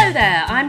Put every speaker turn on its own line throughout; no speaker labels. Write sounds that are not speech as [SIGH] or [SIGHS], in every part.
I'm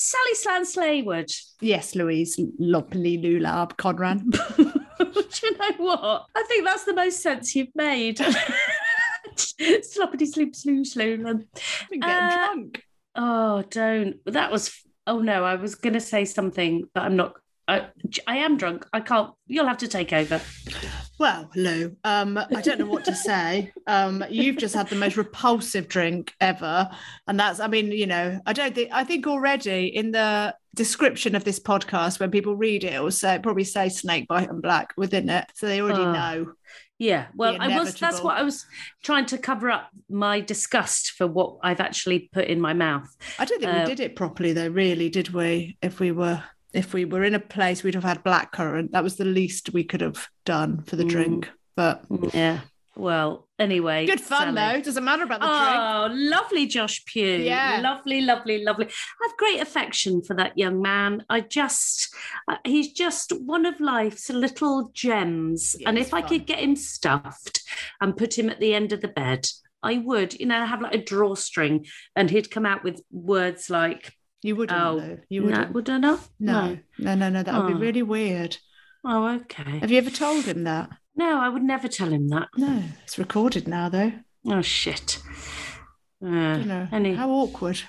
Sally Slan Slaywood.
Yes, Louise, Loppily Lulab,
[LAUGHS]
Conran. [LAUGHS]
Do you know what? I think that's the most sense you've made. [LAUGHS] Sloppity sloop sloo sloo.
Been getting
Uh,
drunk.
Oh, don't. That was. Oh no, I was going to say something, but I'm not. I, I am drunk. I can't. You'll have to take over.
Well, Lou, um, I don't know what to say. Um, you've just had the most repulsive drink ever. And that's, I mean, you know, I don't think, I think already in the description of this podcast, when people read it, it'll say, probably say snake bite and black within it. So they already
Oh.
know.
Yeah. Well,
The
I was. That's
inevitable.
what I was trying to cover up my disgust for what I've actually put in my mouth.
I don't think
Uh,
we did it properly though, really, did we? If we were, if we were in a place, we'd have had blackcurrant. That was the least we could have done for the
Mm.
drink. But
Yeah. Well, anyway.
good fun
Sally.
though. Doesn't matter about the drink.
Oh, lovely Josh Pugh.
Yeah.
Lovely, lovely, lovely. I have great affection for that young man. I just, uh, he's just one of life's little gems.
Yeah,
and
he's
if I
fun.
could get him stuffed and put him at the end of the bed, I would, you know, have like a drawstring and he'd come out with words like,
You wouldn't.
Oh,
Lou. You
no,
wouldn't.
would I not?
No, no, no, no. That would
Oh.
be really weird.
Oh, okay.
Have you ever told him that?
No, I would never tell him that.
No, it's recorded now, though.
Oh, shit. Uh,
You know,
any-
how awkward.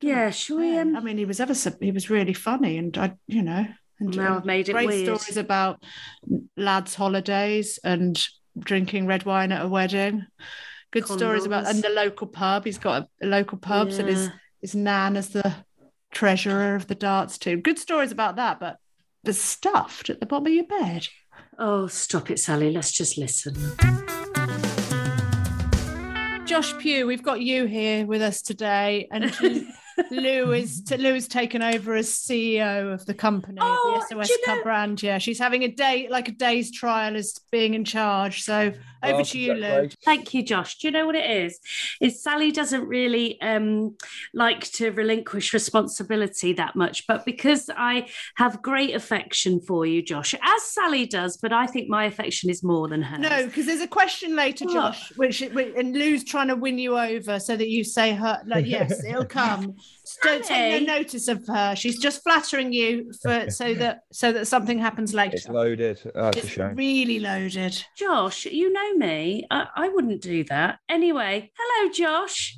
yeah, should we?
Yeah. I
Um,
mean, he was ever so, he was really funny, and I, you know, and,
now
and
I've made it
great
weird.
stories about lads' holidays and drinking red wine at a wedding. Good stories about
Condoms.
and the local pub. He's got a, a local pub, and his
Yeah.
his nan as the treasurer of the darts team. Good stories about that, but the stuffed at the bottom of your bed.
Oh, stop it, Sally. Let's just listen.
Josh Pugh, we've got you here with us today, and
[LAUGHS]
Lou is t- Lou is taken over as CEO of the company,
Oh,
the SOS
do you know-
Club brand. Yeah, she's having a day like a day's trial as being in charge. So over
Well,
to you, Lou.
Oh, congratulations.
Thank you, Josh. Do you know what it is? Is Sally doesn't really um, like to relinquish responsibility that much, but because I have great affection for you, Josh, as Sally does, but I think my affection is more than hers.
No, because there's a question later,
What?
Josh, which, which and Lou's trying to win you over so that you say her like
[LAUGHS]
yes, it'll come. So Don't take
Sally.
no notice of her. She's just flattering you
[LAUGHS]
for so that so that something happens later.
It's loaded. Oh, it's a shame.
really loaded.
Josh, you know me. I, I wouldn't do that. Anyway, hello, Josh.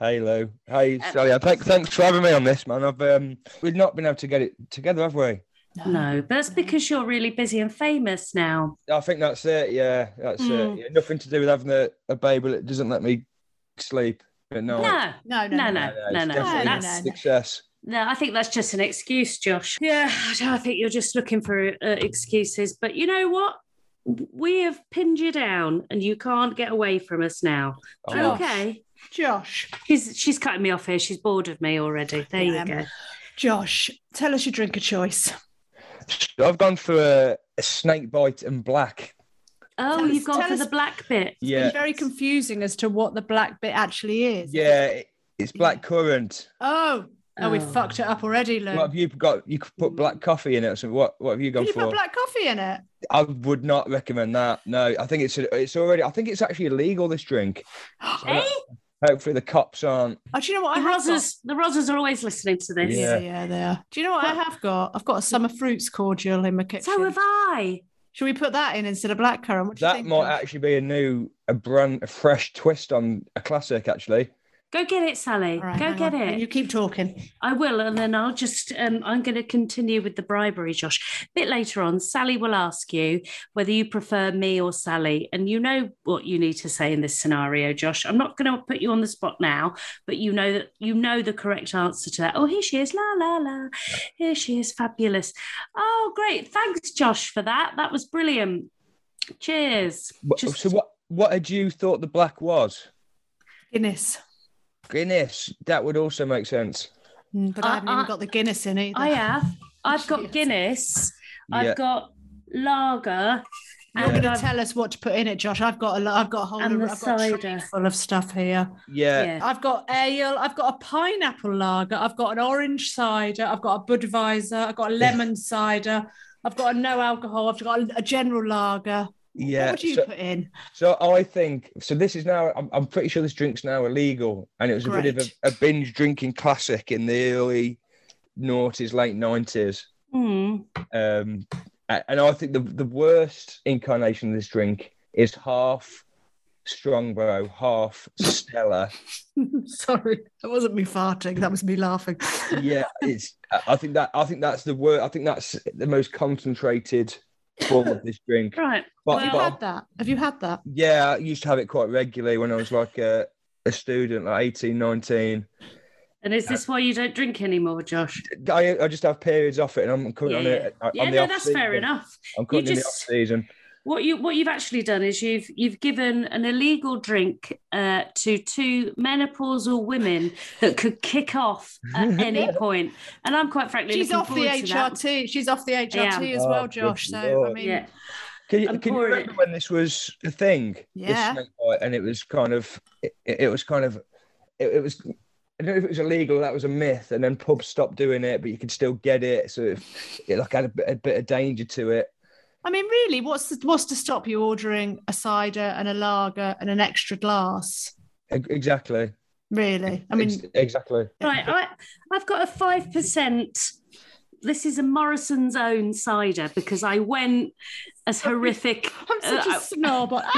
Hey Lou. Hey
Uh,
Um,
Sally. I Thanks, thanks for having me on this, man. I've um, we've not been able to get it together, have we?
No, but that's because you're really busy and famous now.
I think that's it. Yeah, that's
Mm.
it. Yeah, nothing to do with having a, a baby that doesn't let me sleep at night.
No,
No,
no,
no,
no,
it's
no, no.
definitely
That's
no, no.
success.
No, I think that's just an excuse, Josh. Yeah, I don't- I think you're just looking for uh, excuses. But you know what? We have pinned you down, and you can't get away from us now.
Oh,
Josh.
Okay,
Josh.
she's she's cutting me off here. She's bored of me already. There
Yeah. um,
you go.
Josh, tell us your drink of choice.
So I've gone for a, a snake bite and black.
Oh,
Tell us-
you've gone
tell
for
us-
the black bit.
Yeah,
It's very confusing as to what the black bit actually is.
yeah. it- It's black currant.
Oh, oh, we
Oh.
fucked it up already, Lou.
What have you got? You could put black coffee in it or something. What What have you gone
Did Mm. you
for?
put black coffee in
[GASPS]
it?
I would not recommend that. No, I think it's it's already. I think it's actually illegal. This drink.
Eh?
Hopefully, the cops aren't.
Oh, do you know what
The
I have got?
Rosers, the Rosers are always listening to this.
Yeah,
Yeah.
yeah, they are. Do you know what I have got? I've got a summer fruits cordial in my kitchen.
So have I.
Should we put that in instead of blackcurrant? What do you
That
think?
might
Josh?
actually be a new, a brand, a fresh twist on a classic. Actually,
Go get it, Sally.
All right,
Go
hang
get
on.
it.
You keep talking.
I will, and then I'll just um, I'm going to continue with the bribery, Josh. A bit later on, Sally will ask you whether you prefer me or Sally, and you know what you need to say in this scenario, Josh. I'm not going to put you on the spot now, but you know that you know the correct answer to that. Oh, here she is, la la la. Here she is, fabulous. Oh, great, thanks, Josh, for that. That was brilliant. Cheers.
Wha-
Just-
So what? What had you thought the black was?
Guinness.
Guinness. That would also make sense.
Mm, But
I-
I haven't
I-
even got the Guinness in either.
I have. I've got
Cheers.
Guinness.
Yeah.
I've got lager.
You're going
and
to
I've-
tell us what to put in it, Josh. I've got a lot. I've got a whole.
And
I've
the
got a tray
cider.
full of stuff here.
Yeah.
Yeah.
I've got ale. I've got a pineapple lager. I've got an orange cider. I've got a Budweiser. I've got a
[LAUGHS]
lemon cider. I've got a no alcohol. I've got a, a general lager.
Yeah.
What would you
so,
put in? [LAUGHS]
so I think so. This is now. I'm, I'm pretty sure this drink's now illegal, and it was a bit of
Great.
a, a binge drinking classic in the early noughties, late nineties.
Hmm.
Um, a- and I think the the worst incarnation of this drink is half Strongbro, half Stella.
Sorry, that wasn't me farting. That was me laughing.
yeah, it's. I- I think that. I think that's the word. I think that's the most concentrated form of this
[LAUGHS]
drink.
Right.
But,
Have you
but
had that? Have you had that?
yeah, I used to have it quite regularly when I was like a, a student, like 18, 19.
And is this why you don't drink anymore, Josh?
I, I just have periods off it, and I'm currently
Yeah,
on
yeah.
it. uh, on
yeah
the
no,
off
that's
season.
fair enough.
I'm currently in the off
just-
season.
What you what you've actually done is you've you've given an illegal drink uh, to two menopausal women that could kick off
[LAUGHS]
at any point, and I'm quite frankly
She's
looking
off the
forward to that.
HRT. She's off the HRT as
Oh,
well,
good
Josh. So I
Lord.
mean,
Yeah,
Can you,
I'm
can you
pouring
remember
it.
when this was a thing? This
Yeah.
snake bite, and it was kind of, it, it was kind of, it, it was, I don't know if it was illegal, that was a myth. And then pubs stopped doing it, but you could still get it. So it, it like had a bit, a bit of danger to it.
I mean, really, what's what's to stop you ordering a cider and a lager and an extra glass?
E- Exactly.
Really, I
Ex-
mean,
exactly.
right. I, I've got a five percent. This is a Morrison's own cider because I went as
[LAUGHS]
horrific.
I'm such
Uh,
a snob.
[LAUGHS]
[LAUGHS]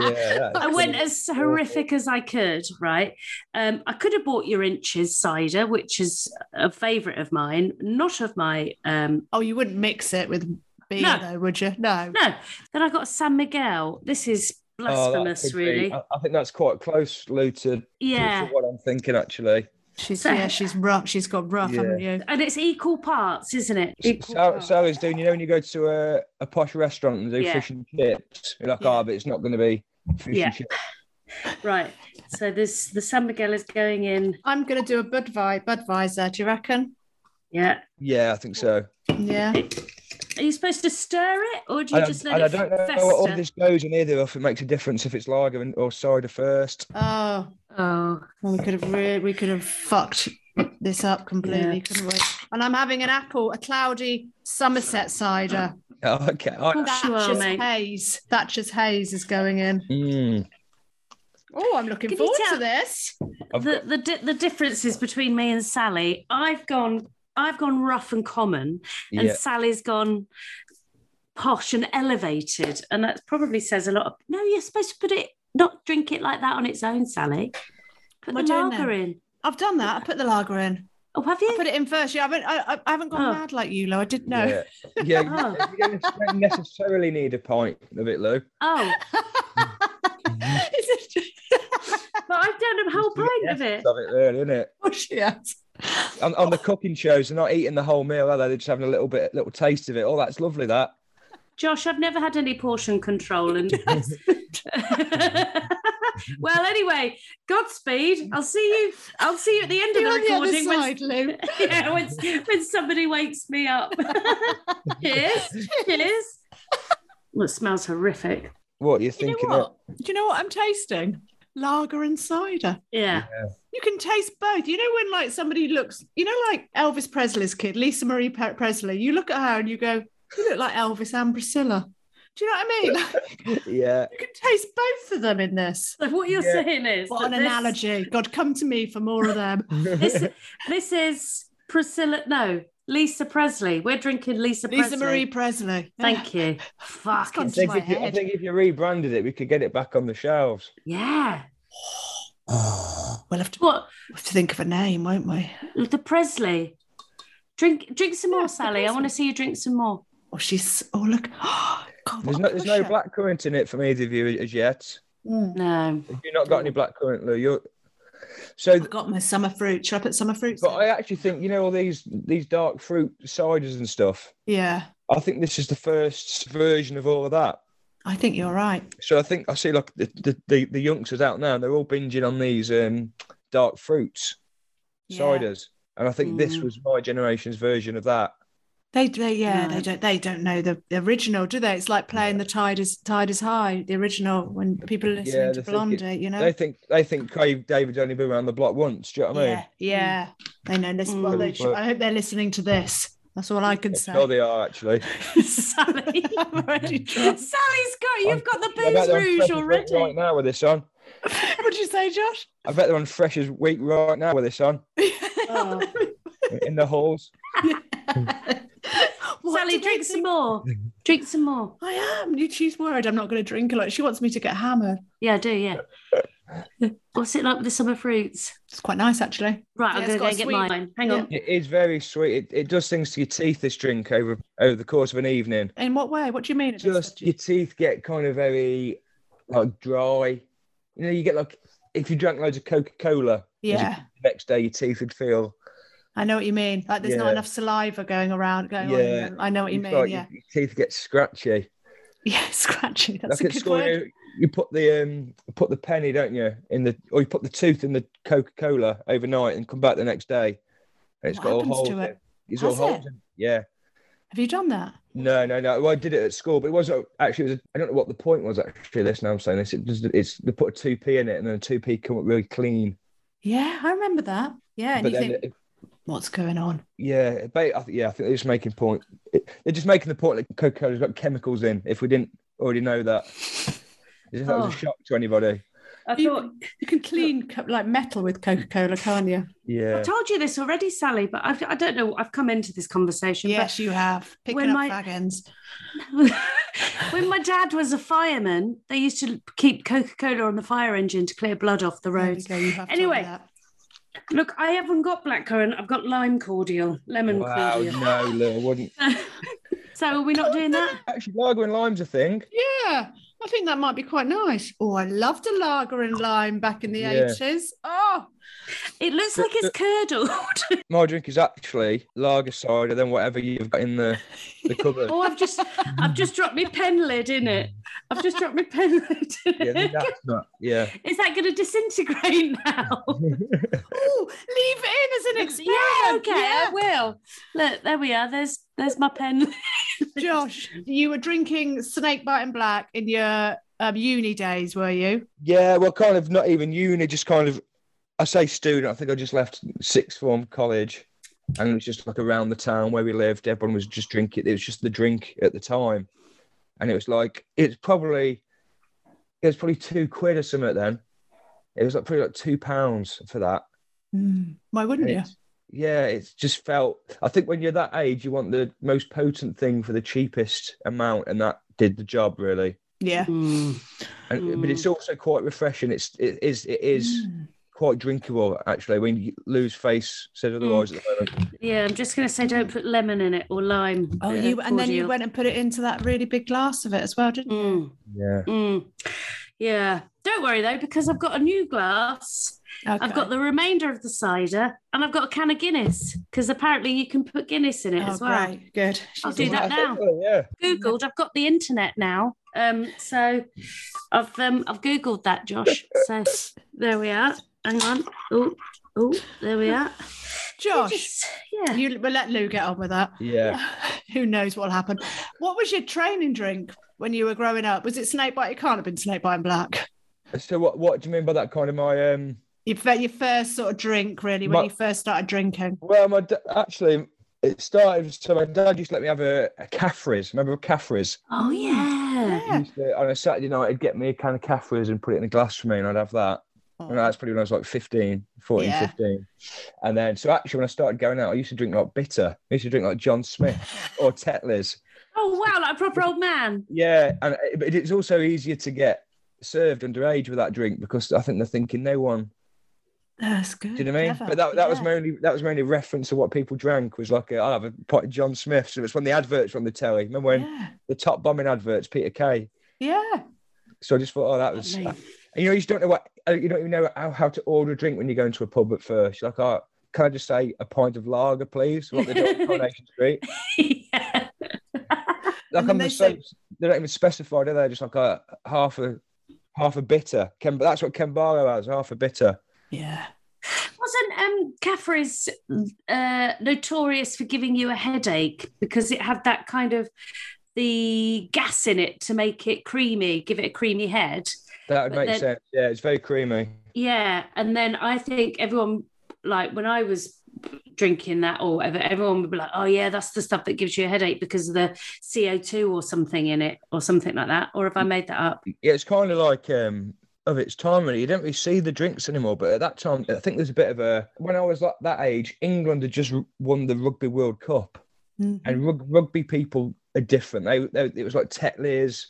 Yeah.
I
that's
went
it.
as horrific as I could, right? Um, I could have bought your inches cider, which is a favourite of mine, not of my. Um,
Oh, you wouldn't mix it with beer,
No.
though, would you? No.
no, then I got San Miguel. This is
Oh,
[LAUGHS]
that
blasphemous,
could be-
really.
I, I think that's quite close, Lou, to, to-
yeah.
to what I'm thinking, actually.
She's
So-
[LAUGHS] yeah, she's rough. She's got rough,
Yeah.
haven't you?
And it's equal parts, isn't it? Equal
Sal,
parts.
Sally's doing, you know, when you go to a, a posh restaurant and do
Yeah.
fish and chips, you're like,
Yeah.
oh, but it's not going to be fish
Yeah.
and chips.
Right. So this the San Miguel is going in.
I'm gonna do a Budvi- Budweiser. Do you reckon?
Yeah.
Yeah, I think so.
Yeah.
Are you supposed to stir it or do you
And, I-
just
and
let
I
it
don't know
fester?
what all this goes in either, if it makes a difference if it's lager and- or cider first. [LAUGHS]
Oh,
Oh,
well, we could have re- we could have fucked this up completely, couldn't we? And I'm having an apple, a cloudy Somerset cider.
Oh, okay. I-
Cool. Sure,
Thatcher's
mate.
haze. Thatcher's haze is going in.
Mm.
Oh, I'm looking
Can you
forward
tell-
to this.
I've
the the di- the differences between me and Sally. I've gone I've gone rough and common, and
Yeah.
Sally's gone posh and elevated, and that probably says a lot. Of, no, you're supposed to put it not drink it like that on its own, Sally. Put
Am I
the
doing
lager
that?
in.
I've done that. I put the lager in.
Oh, have
I
you?
put it in first. Yeah, I haven't. I, I haven't gone
Oh.
mad like you, Lo. I did know. [LAUGHS]
[LAUGHS]
Yeah. yeah you-
Oh.
you don't nec- don't necessarily need a pint of it, Lou.
Oh,
Is it-
but I've done a whole
Just the
pint of it.
essence Of it, really, isn't it?
Oh, shit.
On, on the cooking shows, they're not eating the whole meal, are they? They're just having a little bit, little taste of it. Oh, that's lovely. That.
Josh, I've never had any portion control, and [LAUGHS] well, anyway, Godspeed. I'll see you. I'll see you at the end of
You're
the
on the other
recording when-
side, Lou.
[LAUGHS] yeah, when, when somebody wakes me
[LAUGHS]
up. cheers, cheers. Well, it smells horrific.
What you're
You know
thinking?
what? Do you know what I'm tasting? Lager and cider.
Yeah.
You can taste both. You know when like somebody looks, you know, like Elvis Presley's kid, Lisa Marie Pe- Presley. You look at her and you go, "You look like Elvis and Priscilla." Do you know what I mean? Like,
it? Yeah.
you can taste both of them in this.
So what you're
Yeah.
saying is
What
that
an
this,
analogy! God, come to me for more of
[LAUGHS]
them.
This,
[LAUGHS]
this is Priscilla. No, Lisa Presley. We're drinking Lisa,
Lisa
Presley.
Marie Presley.
Thank
[LAUGHS]
you. Fuck.
gone
I
it's-
to
think,
my
if you, I
head.
think if you rebranded it, we could get it back on the shelves.
Yeah.
we'll have to, we'll
What?
have to think of a name, won't we?
The Presley. Drink drink some more, Sally. I want to see you drink some more.
Oh, she's. Oh, look. [GASPS] God, what
There's
a
no, there's no
pusher.
blackcurrant in it for me either of you as yet.
Mm. [LAUGHS]
No.
Have you not got any blackcurrant, Lou? You're... So,
I've got my summer fruit. Should I put summer fruits?
but
in?
I actually think you know all these these dark fruit ciders and stuff.
yeah,
I think this is the first version of all of that.
I think you're right.
So I think I see like the the, the, the youngsters out now, and they're all binging on these um, dark fruits
Yeah.
ciders, and I think this
Mm.
was my generation's version of that.
They, they yeah, they
No.
don't they don't know the, the original, do they? It's like playing the tide is tide is high, the original when people are listening
Yeah,
to
they think it-
Blondie, you know.
They think they think Craig David's only been around the block once. Do you know what I mean?
yeah, yeah. They know this. Well, they,
Mm.
I hope they're listening to this. That's all I can
I'm
say.
Sure Oh, they are actually.
Sally.
[LAUGHS] I'm already drunk.
Sally's got
I'm-
you've got the
I bet
booze
they're on Fresh
rouge
as Wheat
already.
right now with this on.
what did you say, Josh? [LAUGHS]
I bet they're on fresh as wheat right now with this on
Oh.
in the halls.
What
Sally,
did they
drink some
think?
more. Drink some more.
I am. You- She's worried I'm not going to drink a lot. She wants me to get hammered.
Yeah, I do,
[LAUGHS]
yeah. What's it like with the summer fruits?
It's quite nice, actually.
Right,
Yeah,
I'm gonna
it's
go
got
and get
sweet-
mine. Hang on.
It is very sweet. It, it does things to your teeth. This drink over over the course of an evening.
In what way? What do you mean? It does
just
that to you?
your teeth get kind of very like dry. You know, you get like if you drank loads of Coca Cola,
yeah,
next day your teeth would feel.
I know what you mean. Like there's not
Yeah.
enough saliva going around. Going
Yeah.
on. I know what you
you
mean.
feel like
yeah,
your, your teeth get scratchy.
[LAUGHS] yeah, scratchy. That's
like
a
at
good
school,
word.
you, you put the um put the penny, don't you, in the or you put the tooth in the Coca Cola overnight and come back the next day. And it's
What
got all
happens
holes.
to
in
it?
it. It's
Has
all holes.
it?
in it. Yeah.
Have you done that?
No, no, no. Well, I did it at school, but it wasn't actually. It was a, I don't know what the point was actually. This now I'm saying this. It just, it's they put a two p in it, and then a two p come up really clean.
Yeah, I remember that. Yeah, and
but
you
then,
think
it-
what's going on?
yeah, ba- I think, yeah, I think they're just making point. it- they're just making the point that Coca Cola's got chemicals in. If we didn't already know that, as if that was
Oh.
a shock to anybody.
I
You-
thought
You can clean co- like metal with Coca Cola, can't you?
I
Yeah,
told you this already, Sally, but I've, I don't know. I've come into this conversation. but
Yes, you have. Picking
When
up
my-
fag ends.
[LAUGHS] when my dad was a fireman, they used to keep Coca Cola on the fire engine to clear blood off the
There you
roads.
go, you have told me
Anyway.
that.
Look, I haven't got blackcurrant. I've got lime cordial, lemon
wow,
cordial.
no, Lou, I wouldn't.
So are we not doing that?
Actually, lager and lime's a thing.
Yeah, I think that might be quite nice. Oh, I loved a lager and lime back in the
Yeah.
80s. Oh,
It looks like it's curdled. [LAUGHS]
My drink is actually lager cider, then whatever you've got in the
[LAUGHS]
the cupboard.
oh, I've just, I've just dropped my pen lid in it. I've just dropped my pen lid.
yeah,
[LAUGHS] In it.
that's not. Yeah,
Is that going to disintegrate [LAUGHS]
[LAUGHS]
now?
Ooh, leave it in as an
yeah,
experiment.
okay, I will. Look, there we are. There's, there's my pen. [LAUGHS]
Josh, you were drinking snake bite and black in your um, uni days, were you?
yeah. Well, kind of not even uni, just kind of. I say student. I think I just left sixth form college, and it was just like around the town where we lived. Everyone was just drinking. It was just the drink at the time, and it was like it's probably it was probably two quid or something then. It was like probably like two pounds for that.
Why wouldn't you?
It's- yeah, it's just felt. I think when you're that age, you want the most potent thing for the cheapest amount, and that did the job really.
Yeah.
Mm,
And but it's also quite refreshing. It's it is it is
Mm.
quite drinkable actually. When you lose face says
Mm.
otherwise at the moment.
Yeah, I'm just going to say don't put lemon in it or lime.
Oh,
Yeah.
you and then you
Cordial.
went and put it into that really big glass of it as well, didn't you?
Mm,
Yeah.
mm. Yeah. Don't worry though, because I've got a new glass. I've
Okay.
got the remainder of the cider and I've got a can of Guinness because apparently you can put Guinness in it
Oh,
as well.
great, good.
I'll
She's
do
all
that
right.
now.
Oh, yeah.
Googled, I've got the internet now. Um, so I've um, I've Googled that, Josh. So there we are. Hang on. Oh, oh, there we are.
Josh,
Just- yeah.
you we'll let Lou get on with that.
Yeah.
Who knows what'll happen? What was your training drink when you were growing up? Was it snake bite? It can't have been snake bite and black.
So what what do you mean by that kind of my um?
Your, fir- your first sort of drink, really, when
My-
you first started drinking.
Well, my da- actually it started. So my dad used to let me have a, a Caffrey's. Remember a Caffrey's?
Oh yeah.
He used to- on a Saturday night, he'd get me a can of Caffrey's and put it in a glass for me, and I'd have that.
Oh.
And that's probably when I was like 15, 14,
Yeah.
15. And then, so actually, when I started going out, I used to drink like bitter. I used to drink like John Smith or Tetler's.
Oh wow, like a proper old man.
Yeah. And it- but it's also easier to get served underage with that drink because I think they're thinking no one
That's good.
Do you know what I mean?
Clever.
But that, that was
Yeah.
my only that was my only reference to what people drank was like a, I'll have a pot of John Smith. So it was when the adverts were on the telly. Remember when
Yeah.
the top bombing adverts, Peter Kay.
yeah.
So I just thought, oh, that was.
Lovely.
And you know, you just don't know what uh, you don't even know how, how to order a drink when you go into a pub at first. You're like, oh, can I just say a pint of lager, please?
[LAUGHS]
What they do on Coronation Street.
[LAUGHS] yeah.
Like
And then
I'm
they
the
say-
same. They don't even specify, do they? Just like a half a half a bitter. Ken, that's what Kembaro has, half a bitter.
Yeah.
Wasn't um, Caffrey's uh, notorious for giving you a headache because it had that kind of the gas in it to make it creamy, give it a creamy head.
That would
But
make
then-
sense. Yeah, it's very creamy.
Yeah, and then I think everyone like when I was drinking that or whatever, everyone would be like, "Oh yeah, that's the stuff that gives you a headache because of the CO two or something in it or something like that." Or if I made that
[LAUGHS]
up,
yeah, it's kind of like um of its time really. You don't really see the drinks anymore, but at that time, I think there's a bit of a when I was like that age, England had just won the Rugby World Cup,
Mhm.
and rug, rugby people are different. They, they it was like Tetleys,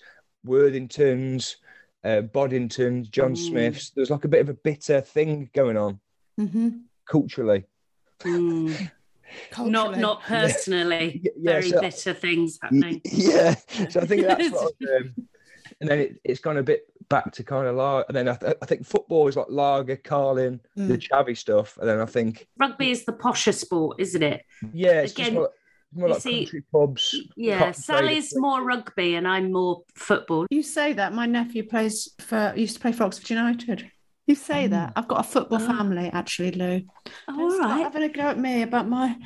Worthingtons, uh, Boddingtons, John
Mm.
Smiths. There was like a bit of a bitter thing going on
Mhm.
culturally.
Mm, not
Culturally.
not personally,
Y- [LAUGHS] yeah,
very
so-
bitter things
Y-
happening.
[LAUGHS] yeah
[LAUGHS]
so i think that's what, um, and then it, it's gone a bit back to kind of lager and then i, th- I think football is like lager carling
Mm.
the chavvy stuff and then i think
Rugby is the posher sport, isn't it?
yeah it's
Again,
just more, more
you
like
see-
country pubs
Yeah,
cotton
Sally's
traders.
more rugby and I'm more football.
You say that. My nephew plays for used to play for Oxford United. You
Mm.
say that. I've got a football
Ah.
family actually, Lou.
Oh,
Don't
all
start
right.
Having a go at me about my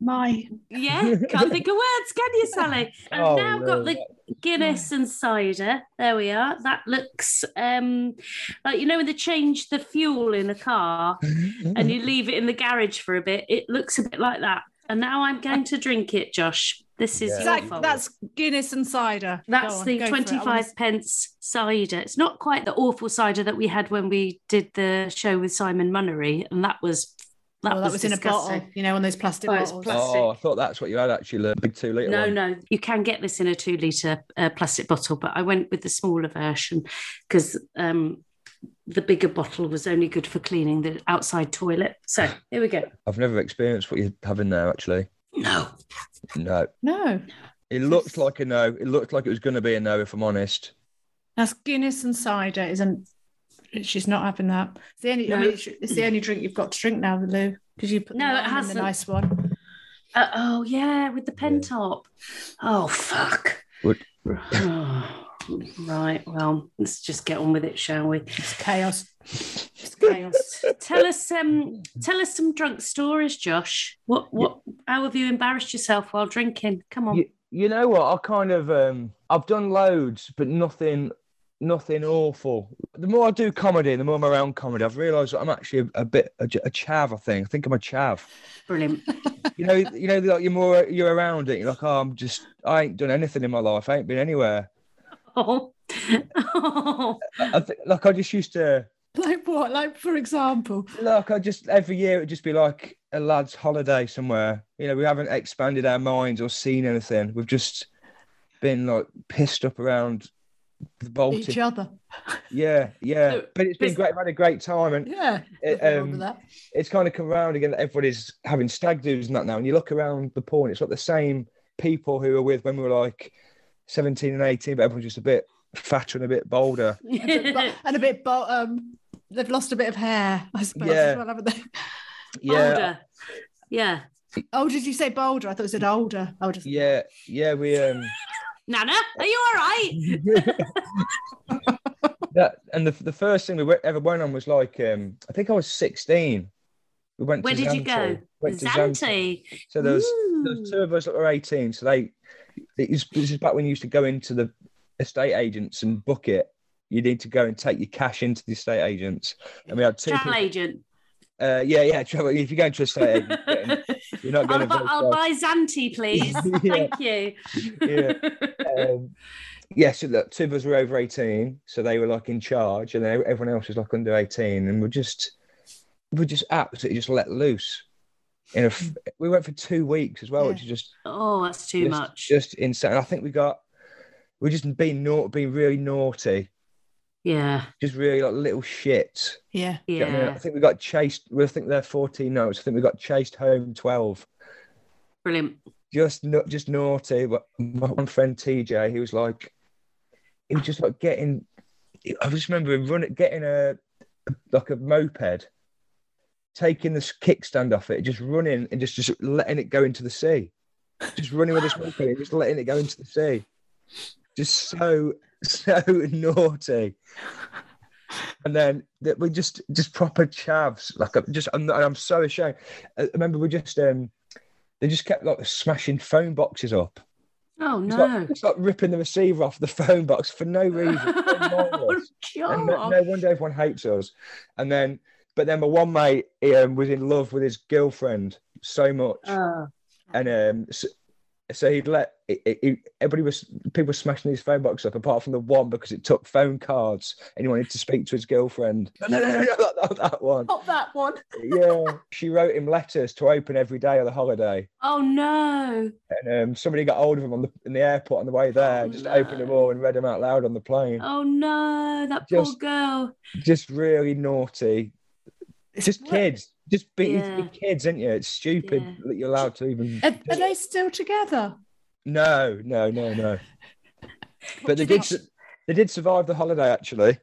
my
Yeah, can't think of words, can you,
[LAUGHS]
Sally? I've
Oh,
now got
no.
the Guinness and cider. There we are. That looks um like you know when they change the fuel in a car
Mm.
and you leave it in the garage for a bit, it looks a bit like that. And now I'm going to drink it, Josh. This is
Yeah.
your
Exact-
fault.
that's Guinness and cider.
That's
Go on,
the
go for it. I wanna-
25 pence cider. It's not quite the awful cider that we had when we did the show with Simon Munnery, and that was that,
Oh,
was,
in
disgusting.
a bottle, you know, one of those plastic
Oh, it's
bottles.
plastic.
oh i thought that's what you had actually learned big two liter
No,
one.
no, you can get this in a two liter uh, plastic bottle, but I went with the smaller version because um, the bigger bottle was only good for cleaning the outside toilet.
[LAUGHS]
So here we go.
i've never experienced what you're having now actually
No,
no
No,
it looked like a no it looked like it was going to be a no if i'm honest
that's Guinness and cider. Isn't she's not having that? It's the only. I
No.
mean, it's, it's the only drink you've got to drink now, Lou, because you put the
No, it
lime in
hasn't.
the nice one.
uh, oh yeah, with the pen
Yeah.
top. Oh fuck.
Would-
[SIGHS] right. Well, let's just get on with it, shall we?
It's chaos. [LAUGHS] It's chaos.
[LAUGHS]
Tell us, um, tell us some drunk stories, Josh. What, what? How have you embarrassed yourself while drinking? Come on.
You, you know what? I kind of um I've done loads, but nothing nothing awful. The more I do comedy, the more I'm around comedy, I've realised that I'm actually a, a bit a, j- a chav. I think I think I'm a chav.
Brilliant.
You know, you know, like you're more you're around it. You're like, oh, I'm just I ain't done anything in my life. I ain't been anywhere.
[LAUGHS] Oh.
I, I th- like I just used to
like what? Like for example,
Look, I just every year it'd just be like a lad's holiday somewhere. You know, we haven't expanded our minds or seen anything. We've just been like pissed up around the Baltic.
each other.
Yeah, yeah.
So,
but it's been
this-
great. I've had a great time, and
Yeah.
it,
nothing wrong with
um,
that.
it's kind of come around again. That everybody's having stag do's and that now. And you look around the pool, and it's like the same people who were with when we were like seventeen and eighteen, but everyone's just a bit fatter and a bit bolder.
But- and a bit, but um, they've lost a bit of hair, I suppose.
Yeah.
As well, haven't they?
[LAUGHS]
[LAUGHS]
Yeah,
Older. Yeah.
Oh, did you say bolder? I thought it said older. I would just
yeah, yeah. We um. [LAUGHS]
Nana, are you all right?
that and the, the first thing we went, ever went on was like um I think I was 16. We went
Where
to
did you
Zante.
go?
Went to Zante.
Zante.
So there was, there was two of us that were 18. So they it was, this is back when you used to go into the estate agents and book it. You need to go and take your cash into the estate agents. And we had two
Travel
people- [LAUGHS]
agent.
uh, yeah, yeah, [LAUGHS] travel. If you go into a estate agent, you're not
[LAUGHS] I'll,
gonna
bu-
vote
I'll
for-
buy Zante, please.
[LAUGHS] Yeah.
Thank you.
Yeah. um, yeah, so look, two of us were over 18, so they were like in charge, and then everyone else was like under 18, and we're just we're just absolutely just let loose. In a, f- we went for two weeks as well, which is just
oh, that's too
just,
much.
just insane. I think we got we just been naught, being really naughty,
Yeah.
Just really like little shits.
Yeah.
Do you know what I mean?
Yeah.
I think we got chased. well, I think they're 14 notes. I think we got chased home 12.
Brilliant.
Just not just naughty. But my one friend TJ, he was like, he was just like getting. I just remember him running, getting a like a moped, taking this kickstand off it, just running and just just letting it go into the sea. Just running with this moped, and just letting it go into the sea. Just so so naughty. And then that we just just proper chavs. Like I'm just I'm, I'm so ashamed. I remember we just um they just kept like smashing phone boxes up.
Oh
It's
no.
like, it's like ripping the receiver off the [LAUGHS] phone box for no reason.
oh,
and no,
John.
no wonder everyone hates us. And then, but then my one mate he, um, was in love with his girlfriend so much,
Oh,
and um, so, so he'd let he, he, everybody was people were smashing his phone box up, apart from the one because it took phone cards and he wanted to speak to his girlfriend. [LAUGHS] No, no, no, no, not, not that one.
Pop that one.
yeah, she wrote him letters to open every day of the holiday.
oh no.
And um, somebody got hold of him on the in the airport on the way there,
Oh,
just
no.
opened them all and read them out loud on the plane.
Oh no. That poor
Just-
girl.
Just really naughty.
It's
just
what-
kids. Just be
Yeah.
kids, isn't you? It's stupid
Yeah.
that you're allowed to even.
Are, are they still together?
No, no, no, no.
What
But
do
they
you think-
did. su- They did survive the holiday, actually.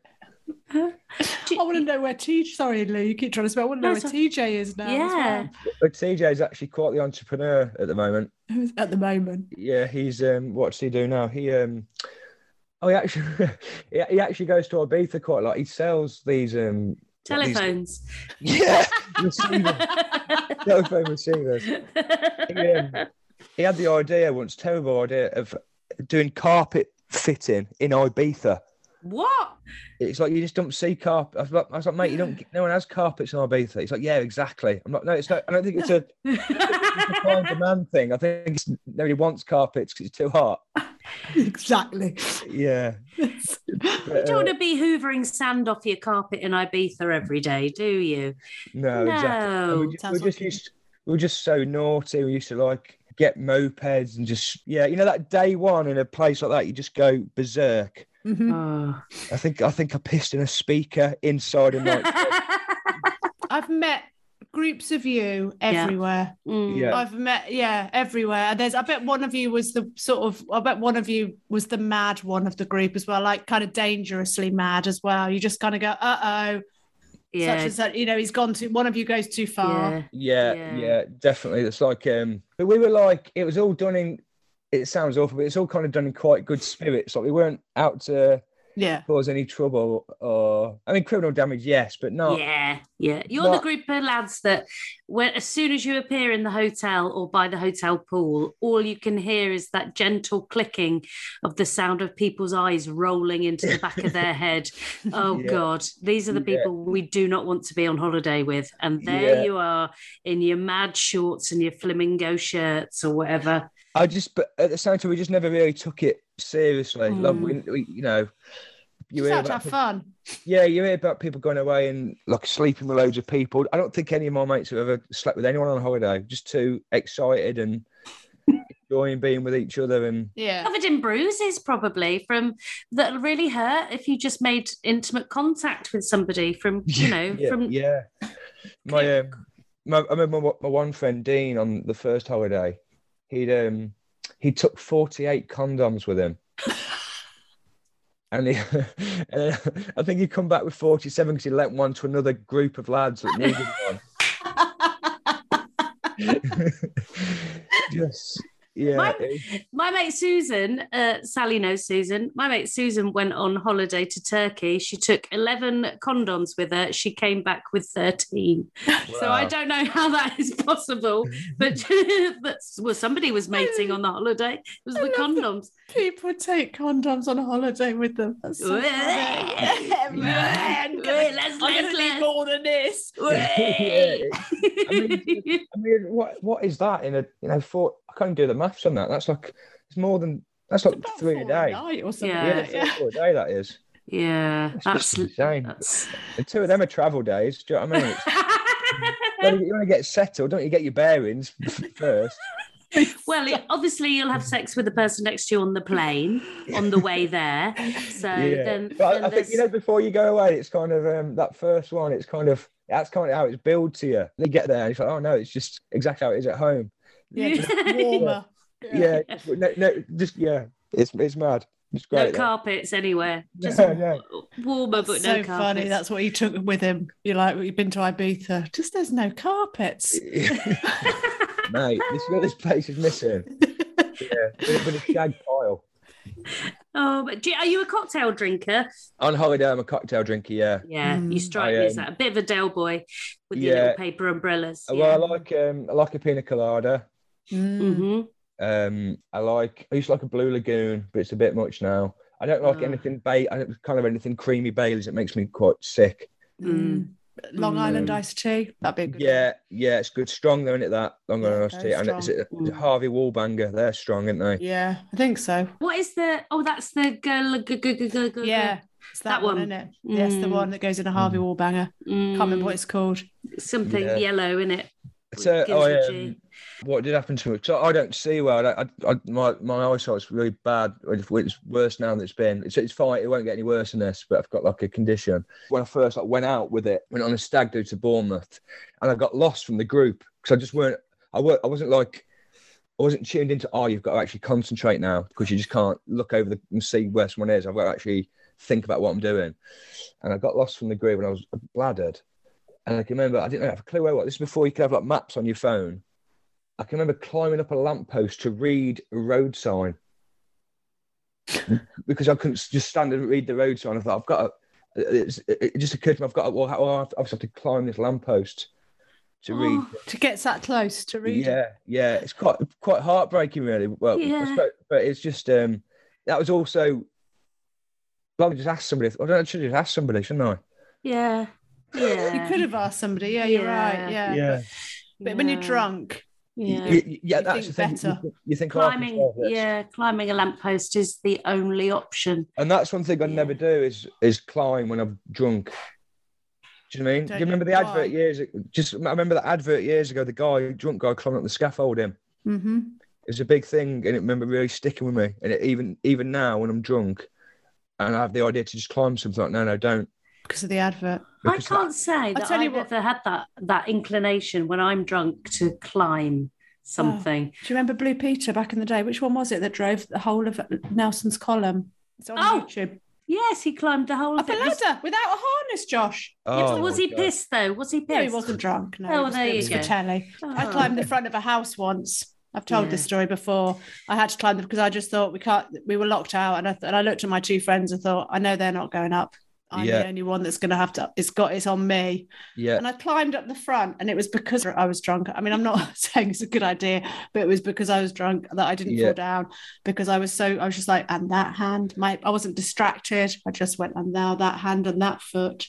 I want to know where TJ. Sorry, Lou, you keep trying to spell. I want to
No,
know where
it's all-
TJ is now. as
Yeah.
But TJ is actually quite the entrepreneur at the moment.
well. [LAUGHS] At the moment.
Yeah, he's um. What's he do now? He um. Oh, he actually [LAUGHS] he, he actually goes to Ibiza quite a lot. He sells these um.
Telephones.
[LAUGHS] Yeah, receiver, telephone receivers. He, um, he had the idea once, terrible idea of doing carpet fitting in Ibiza.
what?
It's like you just don't see carpet. I was like, I was like mate, you don't. No one has carpets in Ibiza. It's like, yeah, exactly. I'm like, no, it's not. I don't think it's a supply and demand thing. I think it's, nobody wants carpets because it's too hot.
Exactly.
Yeah.
You
But,
don't
uh,
want to be hoovering sand off your carpet in Ibiza every day, do you?
no, exactly. And
No.
We just, we
Sounds
were just
like-
used. We were just so naughty. We used to like get mopeds and just yeah, you know that day one in a place like that, you just go berserk.
Mhm.
Oh.
I think I think I pissed in a speaker inside a night.
I've met groups of you everywhere.
Mm.
Yeah.
I've met yeah everywhere. There's I bet one of you was the sort of I bet one of you was the mad one of the group as well, like kind of dangerously mad as well. You just kind of go, uh oh, such
Yeah.
and such. You know, he's gone too. One of you goes too far.
Yeah.
Yeah,
Yeah.
yeah, definitely. It's like um but we were like it was all done in it sounds awful, but it's all kind of done in quite good spirits. Like we weren't out to
Yeah.
cause any trouble or I mean criminal damage, yes, but not
Yeah, yeah. You're the
But-
group of lads that, when as soon as you appear in the hotel or by the hotel pool, all you can hear is that gentle clicking of the sound of people's eyes rolling into the back of their
[LAUGHS]
head. Oh
Yeah.
God, these are the
Yeah.
people we do not want to be on holiday with. And there
Yeah.
you are in your mad shorts and your flamingo shirts or whatever.
I just but at the same time we just never really took it seriously. Like we, we you know you
Hmm. Just
hear
out to
about
have
people,
fun.
yeah, you hear about people going away and like sleeping with loads of people. I don't think any of my mates have ever slept with anyone on holiday. Just too excited and [LAUGHS] enjoying being with each other and
[LAUGHS]
Yeah.
Covered in bruises, probably from that really hurt if you just made intimate contact with somebody from you know
yeah,
from
yeah. My um, my, I remember my, my one friend Dean on the first holiday. He'd um, he took forty eight condoms with him, and he, [LAUGHS] and uh, I think he'd come back with forty seven because he lent one to another group of lads that needed one. [LAUGHS] Just yeah,
Mine-
it- [LAUGHS]
My mate Susan, uh, Sally knows Susan. My mate Susan went on holiday to Turkey. She took 11 condoms with her. She came back with
[LAUGHS]
13. So I
Wow.
don't know how that is possible, but [LAUGHS] that's, well, somebody was mating on the holiday. It was the
love that.
condoms.
People take condoms on holiday with them.
[LAUGHS]
That's so funny. Man,
Wait, let's- let's-
I'm gonna need
let's-
more than
[LAUGHS]
this. [LAUGHS]
Wait.
I mean, what what is that in a you know four? I can't do the maths on that. That's like it's more than that's like
About
three a
four
day.
night or something.
Yeah.
Yeah,
Yeah.
three or four a day that is.
[LAUGHS] yeah,
It's just
that's,
[LAUGHS]
insane.
that's...
The two of them are travel days. Do you know what I mean? It's- you want to get settled, don't you? Get your bearings f- [LAUGHS] first.
well, well, it, obviously you'll have sex with the person next to you on the plane on the way there. So
[LAUGHS] yeah.
then,
but
then
I, I think you know
there's-
before you go away, it's kind of um, that first one. It's kind of that's kind of how it's billed to you. They get there and it's like, oh no, it's just exactly how it is at home.
Yeah,
[LAUGHS]
just warmer.
Yeah, just- no, no, just yeah, it's it's mad. It's
no
great. though.
carpets anywhere. Just
Yeah, yeah. [LAUGHS]
warmer, but
so
no carpets.
funny. That's what he took with him. You're like, well, you've been to Ibiza. Just there's no carpets.
Mate, this is what this place
[LAUGHS]
is missing. Yeah, with, with a shag pile.
oh, but do, you- are you a cocktail drinker?
On holiday, I'm a cocktail drinker. Yeah.
Yeah, you
Mm.
strike
I,
me as
um,
that a bit of a Del boy with your
yeah.
little paper umbrellas.
Uh,
yeah.
Well, I like um, I like a pina colada.
Mm.
hmm
Um, I like I used to like a blue lagoon, but it's a bit much now. I don't like
Ah.
anything ba- I don't kind of anything creamy Baileys. It makes me quite sick.
Mm.
Long
Mm.
Island iced tea. That'd be a good.
Yeah, yeah, it's good. Strong though, isn't it? That long
Yeah,
yeah, iced
very
tea. And it's,
strong.
it's Harvey Wallbanger. They're strong, aren't they?
Yeah, I think so.
What is the? Oh, that's the girl. G- g- g- g- g-
Yeah, it's that,
That
one,
one.
isn't it? Yes, the
Mm.
one that goes in a Harvey
Mm.
Wallbanger. Can't remember what
mm,
it's called.
something
Yeah.
yellow in it.
So
Gives
I,
a
um,
G.
what did happen to me? So I don't see well. I, I, I- my my eyesight's really bad. It's it's worse now than it's been. It's, it's fine. It won't get any worse than this. But I've got like a condition. When I first like went out with it, went on a stag do to Bournemouth, and I got lost from the group because I just weren't. I weren't, I wasn't like. I wasn't tuned into. Oh, you've got to actually concentrate now because you just can't look over the, and see where someone is. I've got to actually think about what I'm doing, and I got lost from the group and I was bladdered. And I can remember I didn't have a clue where I was. This is before you could have like maps on your phone. I can remember climbing up a lamppost to read a road sign [LAUGHS] because I couldn't s- just stand and read the road sign. I thought, I've got to, it's, it it just occurred to me, I've got to, well, how- I have to- I have to climb this lamppost to read.
Oh,
To get that close to read. it.
Yeah, yeah, it's quite quite heartbreaking, really. Well, I
Yeah.
suppose- but it's just um that was also. Well, I just asked somebody. I don't know, I should just ask somebody, shouldn't
yeah, yeah.
You could have asked somebody. Yeah, you're right.
I?
Yeah. But when you're drunk,
yeah.
Y- y- yeah,
You think
that's the thing.
better.
You, you think oh, I can
climbing,
solve this.
yeah, climbing a lamppost is the only option.
And that's one thing I
Yeah.
never do is is climb when I'm drunk. Do you know what I mean?
Don't
do you remember the
know why.
advert years? Just I remember that advert years ago. The guy, drunk guy, climbing up the scaffolding.
mm-hmm.
It was a big thing, and it remember really sticking with me. And it, even even now, when I'm drunk, and I have the idea to just climb something, like, no, no, don't.
because of the advert.
I
because that-
can't say that
tell you
I've
what-
ever had that that inclination when I'm drunk to climb something.
Do you remember Blue Peter back in the day? Which one was it that drove the whole of Nelson's column? It's on
Oh,
YouTube.
Yes, he climbed the whole
Up a
of it. Was-
ladder without a harness, Josh.
Yeah, but
Oh,
was
my
he
God.
pissed though? Was he pissed?
No, he wasn't drunk. No,
Oh,
it was,
there
it
you
was
go.
for telly. I
Oh.
climbed the front of a house once. I've told this
Yeah.
story before. I had to climb them because I just thought we can't. We were locked out, and I th- and I looked at my two friends and thought, I know they're not going up. I'm
Yeah.
the only one that's going to have to. It's got. It's on me.
Yeah,
And I climbed up the front, and it was because I was drunk. I mean, I'm not [LAUGHS] saying it's a good idea, but it was because I was drunk that I didn't
Yeah.
fall down because I was so I was just like, and that hand, my I wasn't distracted. I just went, and now that hand and that foot,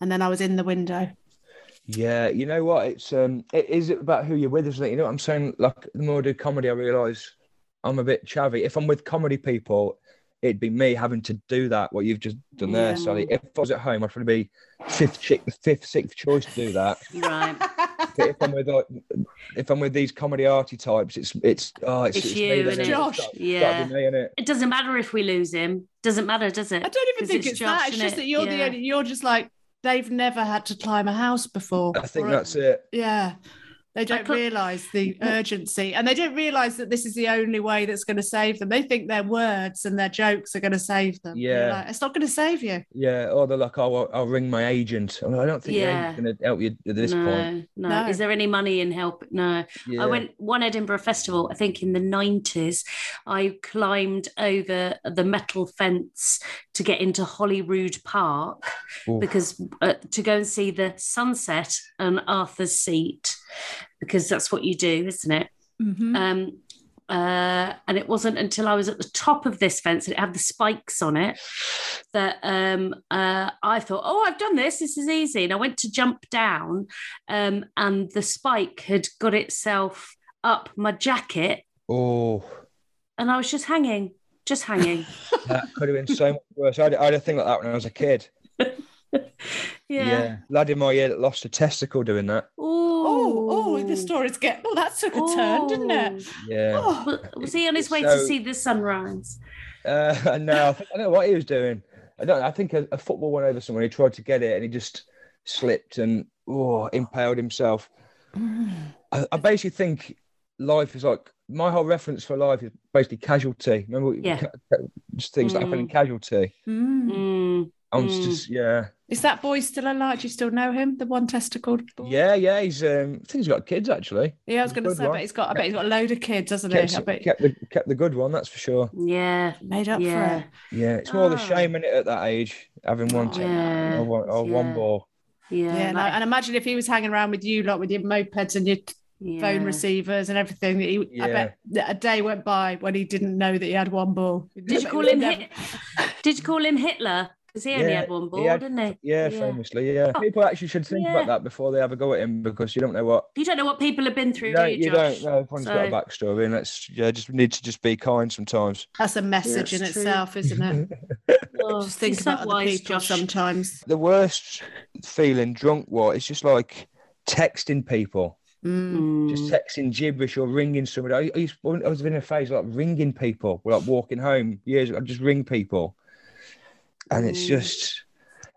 and then I was in the window.
yeah. You know what? It's um, it is about who you're with, isn't it? You know what I'm saying? Like the more I do comedy, I realise I'm a bit chavvy. If I'm with comedy people, it'd be me having to do that. What you've just done
Yeah.
there, Sally. If I was at home, I'd probably be fifth, chick, fifth, sixth choice to do that.
[LAUGHS]
Right.
But if I'm with like, if I'm with these comedy arty types, it's it's oh, it's,
It's
me,
you,
then
innit?
it's
Josh.
got-
Yeah.
gotta be me, innit?
It doesn't matter if we lose him. Doesn't matter, does it?
I don't even
'Cause
think
it's
it's, that.
Josh,
It's just
innit?
that you're the
Yeah.
only. You're just like they've never had to climb a house before.
I think
or-
that's it.
Yeah. They don't
cl-
realize [LAUGHS] the urgency and they don't realize that this is the only way that's going to save them. They think their words and their jokes are going to save them. You're
Yeah.
like, it's not going to save you.
Yeah, or they're like, oh, I'll, I'll ring my agent. I'm like, I don't think
Yeah.
your agent's going to help you at this
no,
point.
no,
No.
Is there any money in help? No.
Yeah.
I went one Edinburgh festival, I think in the 90s. I climbed over the metal fence to get into Holyrood Park
Oof.
because uh, to go and see the sunset and Arthur's seat, because that's what you do, isn't it?
Mm-hmm.
Um, uh, and it wasn't until I was at the top of this fence and it had the spikes on it that um, uh, I thought, oh, I've done this. This is easy. And I went to jump down, um, and the spike had got itself up my jacket,
Oh,
and I was just hanging, just hanging.
that could have been so much worse. I had, I had a thing like that when I was a kid.
Yeah.
Lad in my ear that lost a testicle doing that.
Oh,
Oh, oh, the story's getting. Well, that took a turn, didn't it?
Yeah.
Oh,
Well, Was he on his way to
So-
see the sunrise?
Uh, [LAUGHS] no, I, think, I don't know what he was doing. I don't. I think a, a football went over someone. He tried to get it, and he just slipped and oh, impaled himself. I, I basically think life is like my whole reference for life is basically casualty. Remember, we-
Yeah.
ca- ca- just things that happen in casualty.
Mm.
Mm.
I'm
Mm.
just yeah,
Is that boy still alive? Do you still know him? The one testicled boy?
yeah, yeah. He's um, I think he's got kids actually.
Yeah, I was going to
Good
say, I
one.
bet he's got. I bet he's got a load of kids, hasn't he? I
Kept,
bet
kept the kept the good one, that's for sure.
Yeah.
made up
Yeah.
for it.
Yeah, it's more the
Ah.
shame in it at that age, having one,
Oh,
t-
Yeah.
or one, or
Yeah.
one ball.
Yeah.
Yeah, and, I-
like-
and imagine if he was hanging around with you lot with your mopeds and your t- phone
yeah.
receivers and everything. That he, I
Yeah.
bet that a day went by when he didn't know that he had one ball.
Did you call him? Hit- Did you call him Hitler? Because he only
Yeah,
had one ball,
had-
didn't he?
Yeah, famously. Yeah,
Oh,
people actually should think
yeah.
about that before they have a go at him because you don't know what.
You don't know what people have been through,
No,
do you,
you
Josh?
don't know. Everyone's got a
So-
backstory, and let's yeah, just need to just be kind sometimes.
That's a message
Yeah,
in
it's true.
itself, isn't
[LAUGHS]
it?
Oh,
Just think
he's so
about other
wise,
people
Josh.
sometimes.
The worst feeling drunk, what? It's just like texting people,
Mm.
Mm.
just texting gibberish or ringing somebody. I, I, used, I was in a phase like ringing people, like walking home years ago, I'd just ring people, and it's
Mm.
just.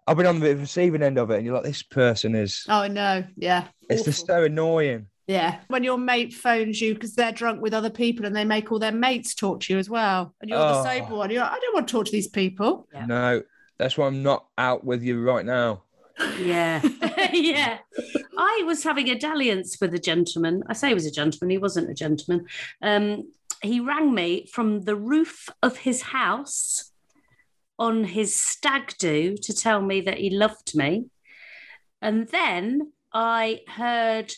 I've been on the receiving end of it, and you're like, this person is.
Oh no, yeah.
it's just
Awful.
so annoying.
yeah. When your mate phones you because they're drunk with other people and they make all their mates talk to you as well, and you're the
Oh.
sober one. You're like, I don't want to talk to these people.
Yeah.
No, that's why I'm not out with you right now.
[LAUGHS]
Yeah. [LAUGHS] yeah. I was having a dalliance with a gentleman. I say he was a gentleman, he wasn't a gentleman. Um, he rang me from the roof of his house on his stag do to tell me that he loved me. And then I heard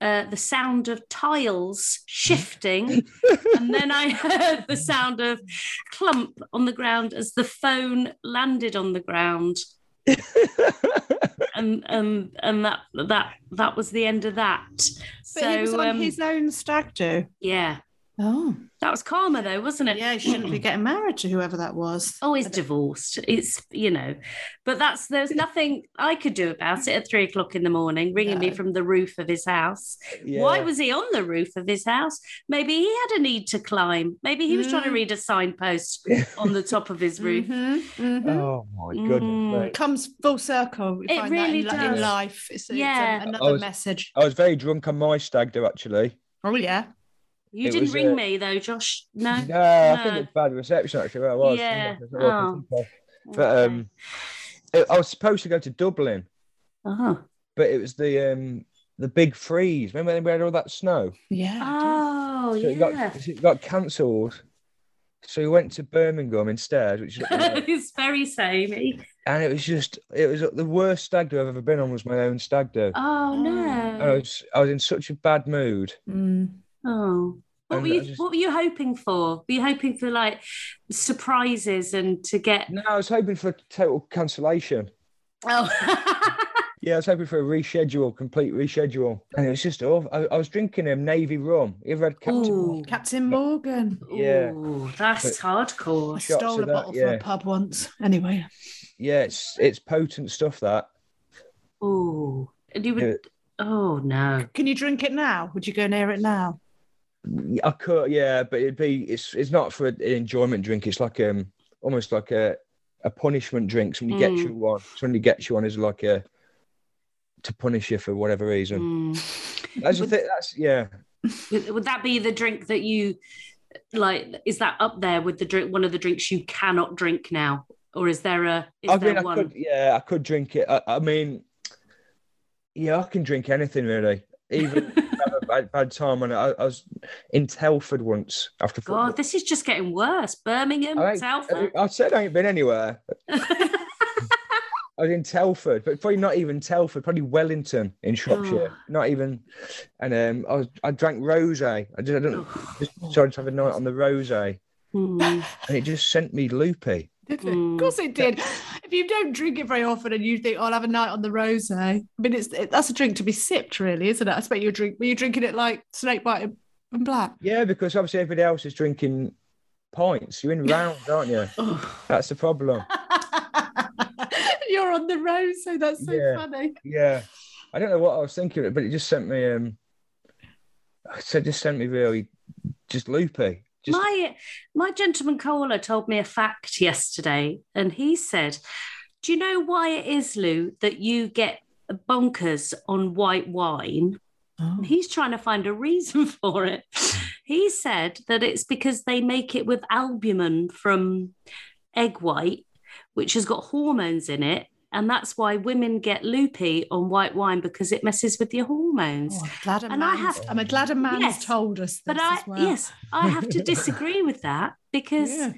uh, the sound of tiles shifting. and then I heard the sound of clump on the ground as the phone landed on the ground and and and that that that was the end of that.
But
so
he was on
um,
his own stag do.
yeah,
Oh,
that was karma though, wasn't it?
yeah. He shouldn't be getting married to whoever that was.
Oh, he's divorced. It's you know, but that's
[LAUGHS]
there's nothing I could do about it at three o'clock in the morning, ringing me
No.
from the roof of his house. Why was he on the roof of his house? Maybe he had a need to climb. Maybe he was trying to
Mm.
read a
[LAUGHS]
signpost on the top of his roof.
Mhm, mhm.
Oh my goodness.
Mm.
mate.
comes full circle. We
It
find
really
that in, li- in
does.
life. It's, it's,
Yeah.
um, another
I was-
message.
I was very drunk on my stag do actually.
Oh yeah.
You
It
didn't
was,
ring
uh,
me though,
[LAUGHS]
Josh. No.
I think
No.
it was bad reception actually. Where I was.
Yeah.
Oh. But um, it- I was supposed to go to Dublin,
oh.
but it was the um the big freeze. Remember when we had all that snow?
Yeah. I
Oh,
[LAUGHS]
yeah.
So it got so it got cancelled. So we went to Birmingham instead, which [LAUGHS] is up the road.
Oh, [LAUGHS] it's very samey.
and it was just it was the worst stag do I've ever been on was my own stag do.
Oh
Mm.
no.
And I was I was in such a bad mood.
do. Mm.
Oh. What
And
were
I
you
just-
what were you hoping for? Were you hoping for like surprises and to get
No, I was hoping for a total cancellation.
[LAUGHS] Oh
Yeah, I was hoping for a reschedule, complete reschedule. And it was just awful. I, I was drinking um, Navy rum. You
Oh.
ever had Captain
Ooh.
Captain Morgan.
Yeah.
Ooh, that's
I
hardcore.
Shots
stole a
of that,
bottle from
yeah.
a pub once. Anyway.
Yeah, it's it's potent stuff that.
Ooh. And you would
Yeah.
oh no.
Can you drink it now? Would you go near it now?
I could yeah, but it'd be it's it's not for an enjoyment drink. It's like um almost like a a punishment drink. Somebody gets
Mm.
you one. Somebody gets you one is like a to punish you for whatever reason.
Mm.
That's the thing, that's yeah.
Would, would that be the drink that you like is that up there with the drink one of the drinks you cannot drink now? Or is there a is
I
there
mean, I
one?
could, yeah, I could drink it. I, I mean, yeah, I can drink anything really. Even if I have a bad, bad time, and I, I was in Telford once after football.
God, this is just getting worse. Birmingham,
I, ain't-
Telford.
I said I ain't
[LAUGHS]
been anywhere. I was in Telford, but probably not even Telford, probably Wellington in Shropshire.
Oh.
Not even, and um, I was, I drank rosé. I just, I don't, just tried to have a night on the rosé,
Mm.
and it just sent me loopy.
Mm.
Of course it did. If you don't drink it very often and you think, oh, I'll have a night on the rose, eh? I mean, it's it, that's a drink to be sipped, really, isn't it? I expect you drink. Were you drinking it like snakebite and- and black? [LAUGHS]
Yeah, because obviously everybody else is drinking pints. You're in rounds,
[LAUGHS]
aren't you? That's the problem.
You're on the rose, so that's so
Yeah.
funny.
Yeah, I don't know what I was thinking, but it just sent me. Um, So it just sent me really just loopy. Just
my my gentleman caller told me a fact yesterday, and he said, "Do you know why it is, Lou, that you get bonkers on white wine?" And He's trying to find a reason [LAUGHS] for it. He said that it's because they make it with albumin from egg white, which has got hormones in it. And that's why women get loopy on white wine because it messes with your hormones.
Oh, I'm glad a
And I
man's, I
have-
am glad a man's
Yes,
told us this
but I,
as well.
yes, I have
[LAUGHS]
to disagree with that because
yeah.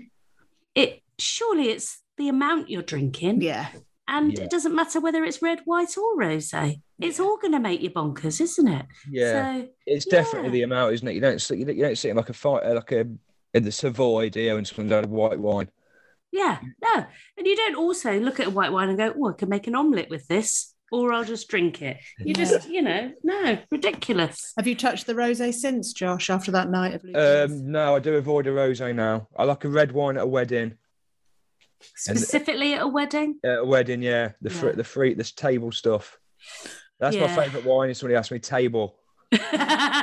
it surely it's the amount you're drinking.
yeah,
And
Yeah.
it doesn't matter whether it's red, white, or rose. It's
Yeah.
all going to make you bonkers, isn't it?
yeah,
So,
it's
yeah.
definitely the amount, isn't it? You don't see you don't, you don't see it in like a fight uh, like a in the Savoy deal and someone's had a white wine.
Yeah, no. And you don't also look at a white wine and go, oh, I can make an omelette with this, or I'll just drink it. You just, you know, no, ridiculous.
Have you touched the rosé since, Josh? After that night of Lucas?
Um, no, I do avoid a rosé now. I like a red wine at a wedding.
Specifically at a wedding. [LAUGHS]
At a wedding, yeah, the fr-
Yeah.
the free this table stuff. That's my
Yeah.
favourite wine. If somebody asked me table,
Do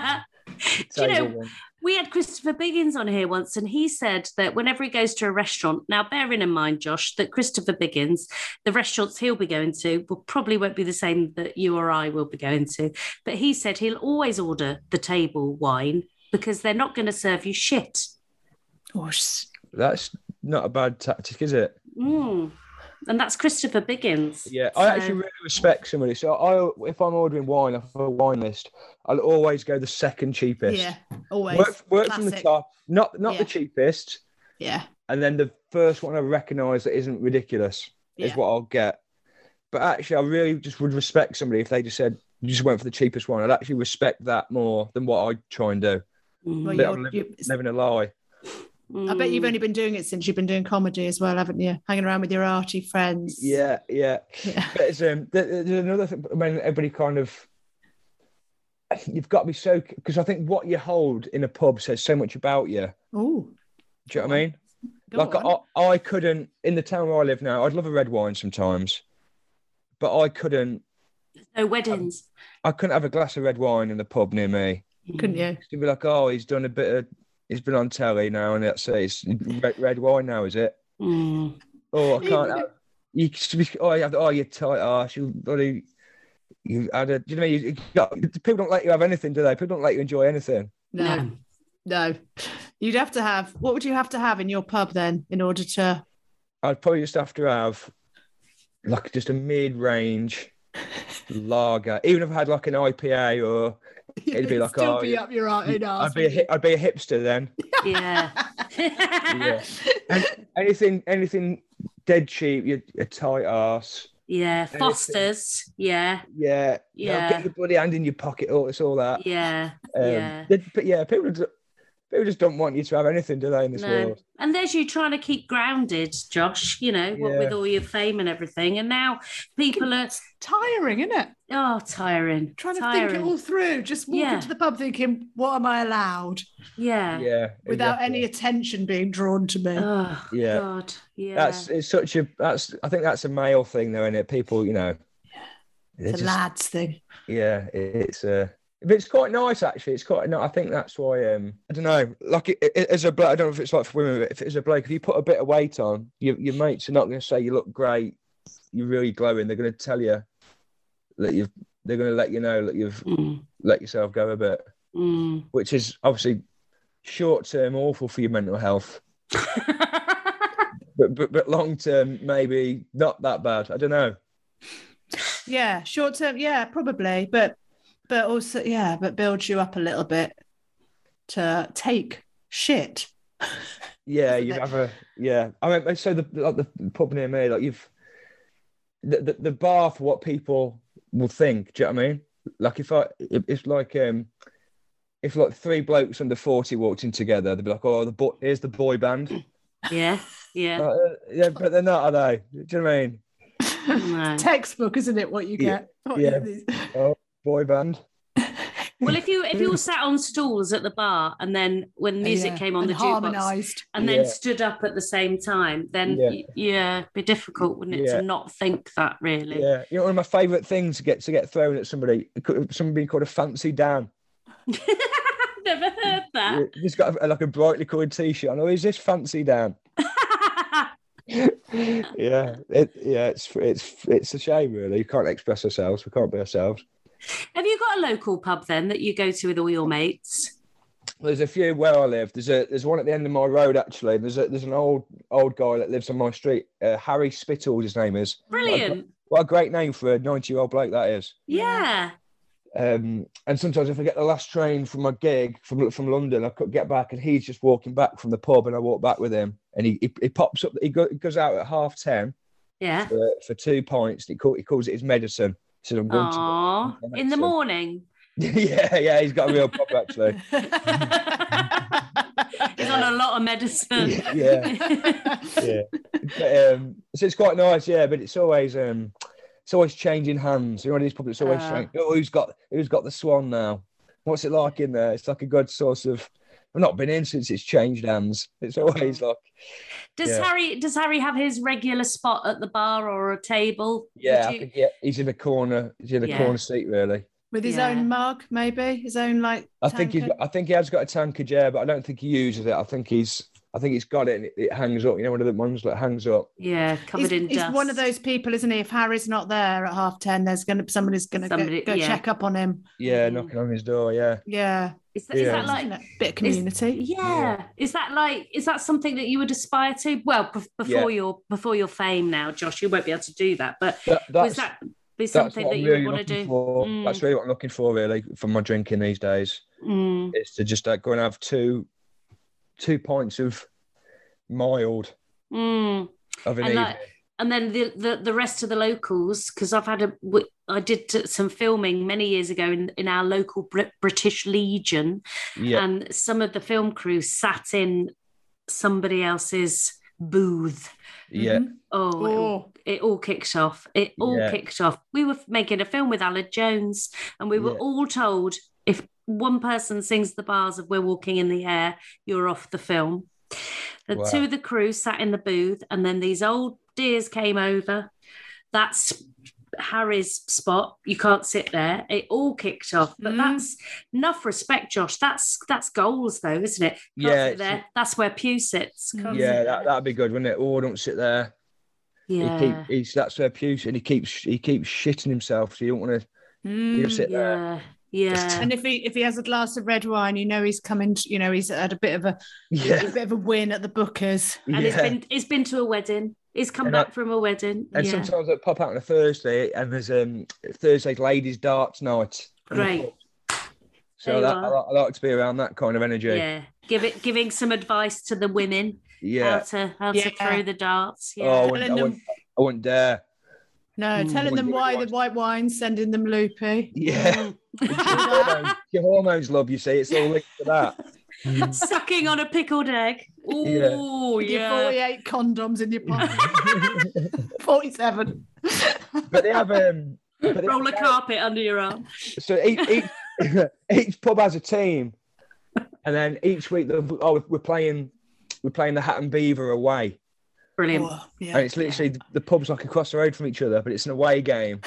you
table
know,
wine.
we had Christopher Biggins on here once, and he said that whenever he goes to a restaurant, now bearing in mind, Josh, that Christopher Biggins, the restaurants he'll be going to will probably won't be the same that you or I will be going to. But he said he'll always order the table wine because they're not going to serve you shit.
Oh, s-
That's not a bad tactic, is it?
Mm. And that's Christopher Biggins.
Yeah, I
So-
actually really respect somebody. So I, if I'm ordering wine off a wine list, I'll always go the second cheapest.
yeah, always.
work, work from the
Classic.
top, not not
Yeah.
the cheapest,
Yeah,
and then the first one I recognise that isn't ridiculous is
Yeah.
what I'll get. But actually, I really just would respect somebody if they just said you just went for the cheapest one. I'd actually respect that more than what I try and do.
Mm.
Well,
Bit of
you're-
liv-
you-
Living a lie.
I bet you've
Mm.
only been doing it since you've been doing comedy as well, haven't you? Hanging around with your arty friends.
Yeah, yeah.
Yeah.
But it's, um, there- there- there's another thing. I mean, everybody kind of. You've got to be so because I think what you hold in a pub says so much about you.
Oh,
Do you know what I mean?
go
like
on.
I, I couldn't in the town where I live now. I'd love a red wine sometimes, but I couldn't.
no weddings.
I couldn't have a glass of red wine in the pub near me.
couldn't you?
You'd be like, oh, he's done a bit of. He's been on telly now, and that's it. It's red, red wine now, is it?
Mm.
Oh, I can't. have, you just be- oh, you have, oh, you're tight arse. You bloody. You had a. Do you know what I mean? You, you got, people don't let you have anything, do they? People don't let you enjoy anything.
No,
No.
no. You'd have to have. What would you have to have in your pub then, in order to?
I'd probably just have to have like just a mid-range lager. Even if I had like an IPA or It'd
[LAUGHS]
be like,
still
oh,
be
yeah.
up your art and arse.
I'd be a hi- I'd be a hipster then.
Yeah.
Yeah.
[LAUGHS]
[LAUGHS]
yeah.
An- anything anything dead cheap, you're a tight ass.
Foster's. Yeah.
Yeah. you know,
Yeah.
Get your bloody hand in your pocket. Oh, it's all that.
Yeah.
Um,
yeah.
they- But yeah, people just, people just don't want you to have anything, do they? In this
No.
world.
And there's you trying to keep grounded, Josh, you know, what
Yeah.
with all your fame and everything. And now people are,
tiring, isn't it?
oh, tiring.
Trying to
tiring.
think it all through. Just walking
Yeah.
to the pub thinking, what am I allowed?
Yeah.
Yeah.
Without
exactly.
any attention being drawn to me.
Oh,
Yeah.
God. Yeah.
That's it's such a that's I think that's a male thing though, is it? People, you know. they're
it's a
just-
lads thing.
yeah, it's uh but it's quite nice actually. It's quite. No, I think that's why. Um, I don't know. Like it, it, as a bloke, I don't know if it's like for women. But if it's a bloke, if you put a bit of weight on, your your mates are not going to say you look great. You're really glowing. They're going to tell you that you've. They're going to let you know that you've
Mm,
let yourself go a bit,
mm.
which is obviously short term awful for your mental health, but but, but long term maybe not that bad. I don't know.
Yeah, short term, yeah, probably, but but also yeah, but builds you up a little bit to take shit.
Yeah,
Isn't
you
it?
have a yeah. I mean, so the like the pub near me, like you've the, the the bar for what people will think. Do you know what I mean? Like if I, it- it's like um, if like three blokes under forty walked in together, they'd be like, oh, the boy, here's the boy [LAUGHS] band.
yeah. Yeah.
Like, uh, yeah, but they're not, are they? Do you know what I mean?
No.
Textbook, isn't it? What you
Yeah.
get? What
Yeah.
you-
Boy band.
Well, if you if you all sat on stools at the bar and then when music
Yeah,
came on
and
the jukebox
harmonized.
and then
Yeah.
stood up at the same time, then
Yeah.
y- yeah, it'd be difficult, wouldn't it,
Yeah.
to not think that really? [LAUGHS]
Yeah, you know, one of my favourite things to get to get thrown at somebody, it could- someone being called a fancy Dan.
never heard that.
He's got a, like a brightly coloured T-shirt. on. Oh, is this fancy, Dan? yeah, it, yeah. It's it's it's a shame, really. You can't express ourselves. We can't be ourselves.
Have you got a local pub then that you go to with all your mates?
There's a few where I live. There's a there's one at the end of my road actually. There's a there's an old old guy that lives on my street. Uh, Harry Spittles, his name is.
Brilliant.
What a great name for a 90 year old bloke that is.
Yeah.
Um, and sometimes if I get the last train from my gig from from London, I could get back, and he's just walking back from the pub, and I walk back with him, and he he, he pops up. He, go, he goes out at half ten
Yeah.
for, for two pints. And he, call, he calls it his medicine. He says I'm going to
Aw.
That's
In the
it.
morning.
[LAUGHS] yeah, yeah, he's got a real pop actually.
He's on a lot of medicine.
yeah, yeah. But, um, so it's quite nice, yeah. But it's always um, it's always changing hands. You know, these publics always
Ah.
saying, "Oh, who's got who's got the swan now? What's it like in there?" It's like a good source of. I've not been in since it's changed hands. It's always like,
[LAUGHS] Does
Yeah.
Harry does Harry have his regular spot at the bar or a table?
yeah,
Would
I
you-
think, yeah, he's in the corner. He's in the
Yeah.
corner seat, really.
With his
Yeah.
own mug, maybe his own like.
I think he's,
tankard?
I think he has got a tankard, yeah, but I don't think he uses it. I think he's, I think he's got it and it, it hangs up. You know, one of the ones that hangs up.
yeah,
He's,
covered in
he's
dust.
one of those people, isn't he? If Harry's not there at half ten, there's gonna somebody's gonna
Somebody-
go, go
yeah.
check up on him.
Yeah,
Mhm.
knocking on his door. Yeah.
Yeah,
Is that, is
Yeah.
that like
Isn't it? bit of community.
yeah is that like is that something that you would aspire to well bef- before your before your fame now josh you won't be able to do that but
That,
was
that's-
that be
that's
something
what
that
I'm
you
really
would want to
looking
do
For.
Mm.
That's really what I'm looking for, really, for my drinking these days.
Mm,
Is to just like go and have two, two pints of mild
mm.
of
And,
an evening.
like, and then the, the the rest of the locals because i've had a w- i did t- some filming many years ago in, in our local Brit- british legion
yeah,
and some of the film crew sat in somebody else's booth
yeah,
Mhm.
oh it
Oh,
it all kicked off. It all
Yeah.
kicked off. We were making a film with Alan Jones, and we were
Yeah.
all told if one person sings the bars of We're Walking in the Air, you're off the film. The
Wow.
two of the crew sat in the booth, and then these old dears came over. That's Harry's spot. You can't sit there. It all kicked off. But
Mm.
that's enough respect, Josh. That's that's goals though, isn't it? Can't
Yeah,
sit
it's-
there. That's where Pew sits. Can't
yeah.
sit
That
there.
that'd be good, wouldn't it? Oh, don't sit there.
yeah.
He keep, he's that's where puce, and he keeps he keeps shitting himself. So you don't want to
Mm.
sit there.
yeah. Yeah.
And if he if he has a glass of red wine, you know he's coming. You know he's had a bit of a,
Yeah,
a bit of a win at the bookers.
yeah.
and it's been it's been to a wedding. It's come
And
back from a wedding.
And
yeah.
sometimes I pop out on a Thursday, and there's um Thursday's ladies' darts night.
Great. There
So
you
that, I,
are.
like, I like to be around that kind of energy. Yeah,
Yeah. Give it giving some advice to the women how to how to
Yeah.
throw the darts. Yeah.
Oh, I wouldn't,
Telling
I,
them
wouldn't, Hmm. I wouldn't dare.
no,
Mm.
telling them
Wouldn't
why
you
the
want-
white wine, sending them loopy.
Yeah. [LAUGHS] your, hormones, your hormones, love, you see, it's all linked to that. [LAUGHS]
[LAUGHS] Sucking on a pickled egg. Oh
With
yeah.
Your forty-eight condoms in your
[LAUGHS]
pocket. [LAUGHS] Forty-seven.
But they have um but they-
Roll a carpet under your arm.
so each, each, [LAUGHS] each pub has a team. And then each week they'll- oh, we're playing we're playing the Hatton Beaver away.
Brilliant.
Oh, yeah.
And it's literally the, the pub's like across the road from each other, but it's an
[LAUGHS]
away game.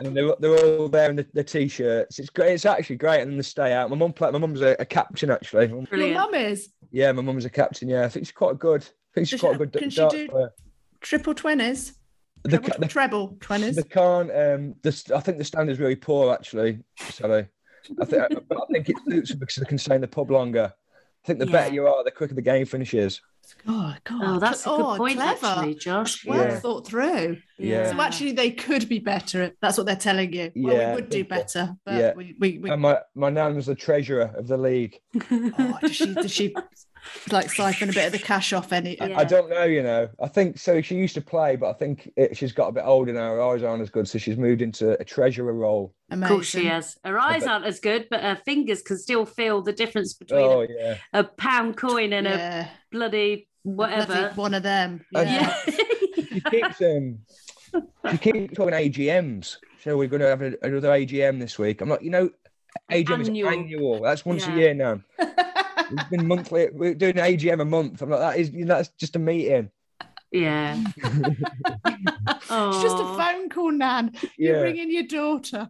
And they're, they're all there in the, the t-shirts. It's great. It's actually great. And then they stay out. My mum played. My mum's a, a captain actually.
Your
Brilliant.
mum is
Yeah, my mum's a captain. Yeah, I think she's quite good. I think
Does
she's
she-
quite a good.
can she
darts
do-
player.
triple twenties,
The,
treble,
ca- the
treble twenties.
They can't. Um, the, I think the standard's really poor, actually. Sorry, I think, but I think it suits them because they can stay in the pub longer. I think the
Yeah.
better you are, the quicker the game finishes.
Oh God!
Oh, that's a good
Oh,
point,
clever.
actually, Josh.
Well
Yeah.
thought through.
Yeah.
So actually, they could be better. at- That's what they're telling you. Well,
Yeah.
we would do better, but
Yeah. Um,
we, we, we
And my my nan's the treasurer of the league.
oh, does she, does she like siphon a bit of the cash off any?
I-
Yeah.
I don't know, you know. I think so. She used to play, but I think it, she's got a bit older now. Her eyes aren't as good, so she's moved into a treasurer role.
Of
uh, Amazing.
course she has. Her eyes
bet-
aren't as good, but her fingers can still feel the difference between
Oh yeah,
a pound coin and a
Yeah.
bloody whatever.
Bloody One of them.
And-
Yeah.
Yeah.
she keeps um, she keeps talking AGMs. So we're going to have a, another AGM this week. I'm like, you know, AGM
Annual.
is annual. That's once
Yeah.
a
[LAUGHS]
year now. We've been monthly. We're doing an AGM a month. I'm like, that is that's just a meeting.
[LAUGHS] Yeah.
[LAUGHS]
[LAUGHS] Oh.
It's just a phone call, Nan. You're ringing your daughter.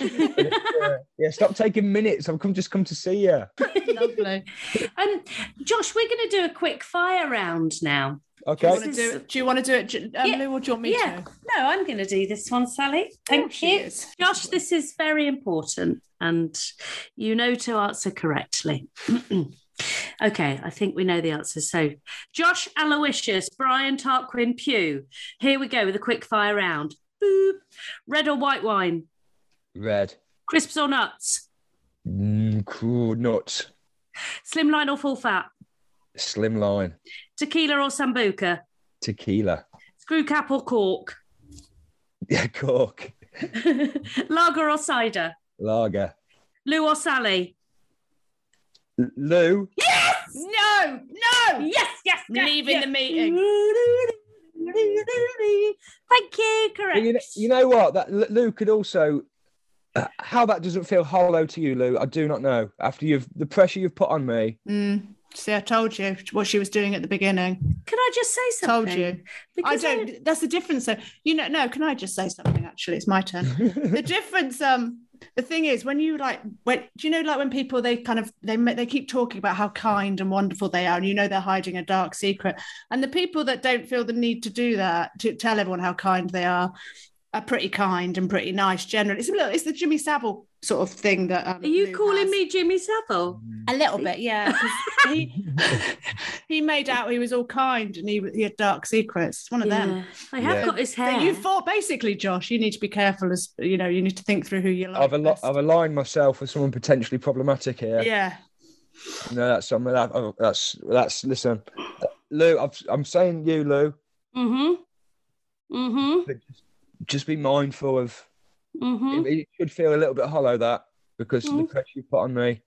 yeah, yeah, stop taking minutes. I've come just come to see you.
Lovely.
Um, Josh, we're going to do a quick fire round now.
[LAUGHS] Do you
Okay.
want to do it? Do you want to do it, J- um,
Yeah.
Lou, or do you want me
Yeah.
to?
No, I'm going to do this one, Sally.
There
Thank
she
you.
is.
Josh, this is very important, and you know to answer correctly. [CLEARS THROAT] okay, I think we know the answer. So, Josh Aloysius, Brian Tarquin Pugh. Here we go with a quick fire round. Boop. Red or white wine?
Red.
Crisps or nuts?
Mm, cool nuts.
Slimline or full fat?
Slim line.
Tequila or sambuca?
Tequila. [LAUGHS]
Screw cap or cork? [LAUGHS]
Yeah, cork.
Lager or cider?
Lager.
Lou or Sally?
L- Lou.
No, no.
Yes, yes, yes
Leaving
yes.
the meeting.
Thank you. Correct.
You know, you know what? That L- Lou could also. uh, How that doesn't feel hollow to you, Lou, I do not know. After you've the pressure you've put on me,
Mm, see, I told you what she was doing at the beginning.
Can I just say something?
Told you. I
Because
don't. That's the difference. Though. You know, no. Can I just say something? Actually, it's my turn.
[LAUGHS]
the difference. Um, the thing is, when you like, when do you know, like when people they kind of they ma- they keep talking about how kind and wonderful they are, and you know they're hiding a dark secret. And the people that don't feel the need to do that to tell everyone how kind they are are pretty kind and pretty nice. Generally, it's a little, it's the Jimmy Savile sort of thing that. Um,
Are you
Lou
calling
has.
me Jimmy Savile?
A little bit, yeah. 'cause He he made out he was all kind and he he had dark secrets. It's one of them.
Yeah. I have
Yeah.
got his hair.
So you thought basically, Josh, you need to be careful as you know, you need to think through who you like.
I've, al-
best.
I've aligned myself with someone potentially problematic here.
yeah.
No, that's something that, oh, that's that's listen, Lou. I've, I'm saying you, Lou.
Mm-hmm. Mm-hmm.
but just- Just be mindful of.
Mm-hmm.
Hmm?
It, it should feel a little bit hollow that because the
Mm.
pressure you put on me.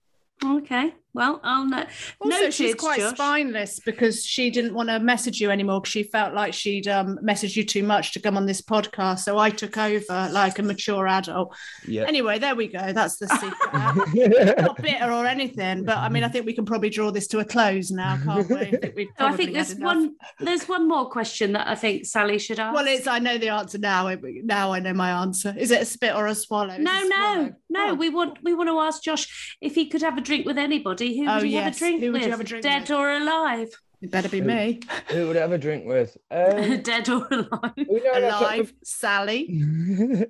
Okay. Well, I'll know.
Also, she's
Noted,
quite
Josh.
spineless because she didn't want to message you anymore because she felt like she'd um, messaged you too much to come on this podcast. So I took over like a mature adult.
Yeah.
Anyway, there we go. That's the
[LAUGHS]
secret. Not bitter or anything, but I mean, I think we can probably draw this to a close now, can't we?
[LAUGHS]
I think, we've
So I
probably
think there's
had enough.
one there's one more question that I think Sally should ask.
Well, it's I know the answer now. I- Now I know my answer. Is it a spit or a swallow? Is
no,
it
no,
swallow?
no.
Oh.
We want we want to ask Josh if he could have a drink with anybody. Who would
Oh,
he have a
yes.
drink
Who would
with?
you have a drink
Dead
with?
or alive?
It better be me.
Who would I have a drink with?
[LAUGHS]
[LAUGHS]
Um,
Dead or alive?
we know that's not-
Alive, [GASPS] Sally.
[LAUGHS]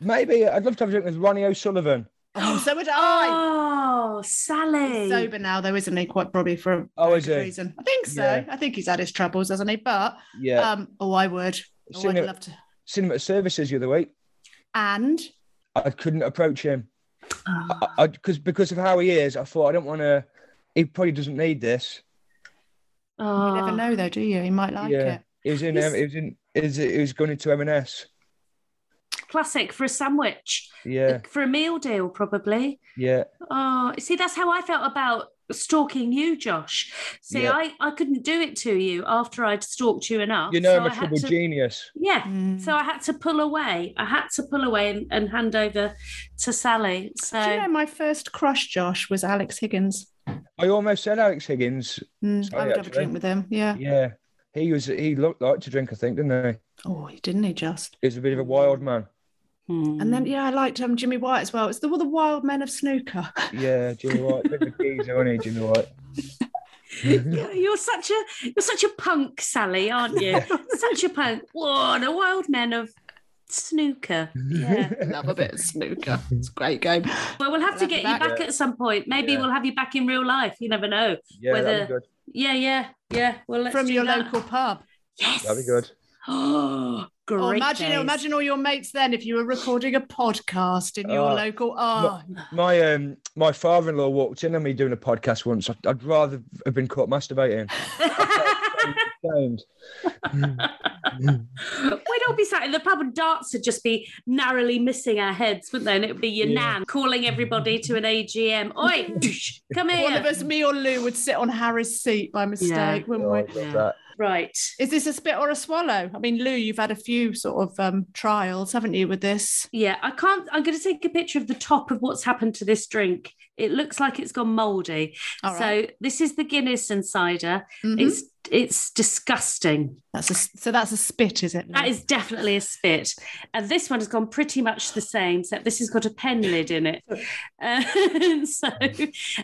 Maybe I'd love to have a drink with Ronnie O'Sullivan.
Oh, so would I.
Oh, Sally.
He's sober now, though, isn't he? Quite probably for a
Oh,
very
is
good
he?
reason. I think so.
Yeah.
I think he's had his troubles, hasn't he? But
Yeah,
um, oh, I would. Oh,
Seen
I'd
it.
love to.
seen him at services the other week.
And
I couldn't approach him
Oh.
I, I, cause, because of how he is. I thought I don't want to. He probably doesn't need this.
you never
Oh.
know, though, do you? He might like
Yeah.
it.
He was in.
He's-
Um, he was in. He was, he was going into M&S.
classic for a sandwich,
Yeah,
for a meal deal, probably.
yeah.
Oh, see, that's how I felt about stalking you, Josh. See,
Yeah.
I, I couldn't do it to you after I'd stalked you enough.
You
Oh,
know,
so
I'm
I
a
had
trouble
to-
genius.
Yeah.
Mm.
So I had to pull away. I had to pull away and, and hand over to Sally. So
do you know my first crush, Josh, was Alex Higgins?
I almost said Alex Higgins.
Mm,
Sorry,
I would have a
Oh, actually.
drink with him. Yeah.
Yeah, he was. He looked like to drink. I think, didn't he?
Oh, he didn't he just?
He was a bit
Mm.
of a wild man.
Hmm.
And then yeah, I liked um, Jimmy White as well. It's the, well, the Wild Men of Snooker. [LAUGHS]
Yeah, Jimmy White. bit of a geezer, wasn't he, Jimmy White?
You're you're such a you're such a punk, Sally, aren't you? [LAUGHS] such a punk. Whoa, the wild men of snooker.
[LAUGHS]
Yeah.
Love a bit of snooker. It's a great game.
Well, we'll have to get
We'll have you
you
back.
back at some point. Maybe
Yeah.
we'll have you back in real life. You never know.
Yeah,
Whether-
that'd be good.
Yeah, yeah, yeah. Well, let's
From
do
your
that.
local pub.
Yes.
That'd be good.
[GASPS] Oh, great.
Oh, imagine,
days.
imagine all your mates then if you were recording a podcast in your
Oh,
local. Oh,
My um, my father-in-law walked in on me doing a podcast once. I'd, I'd rather have been caught masturbating. [LAUGHS] Shamed.
[GASPS] We'd all be sat in the pub and darts would just be narrowly missing our heads, wouldn't they? And it would be your
Yeah.
nan calling everybody to an AGM.
[LAUGHS]
Oi, [LAUGHS] come
one of
here.
us, me or Lou, would sit on Harry's seat by mistake,
Yeah.
wouldn't
Oh,
we?
I'd love that.
Right.
Is this a spit or a swallow? I mean, Lou, you've had a few sort of um, trials, haven't you, with this?
Yeah, I can't. I'm going to take a picture of the top of what's happened to this drink. It looks like it's gone moldy.
All right.
So this is the Guinness and cider.
Mhm.
It's it's disgusting.
that's a, so that's a spit, is it? Lou?
That is definitely a spit. And this one has gone pretty much the same, except this has got a pen lid in
[LAUGHS]
it. Uh, [LAUGHS] so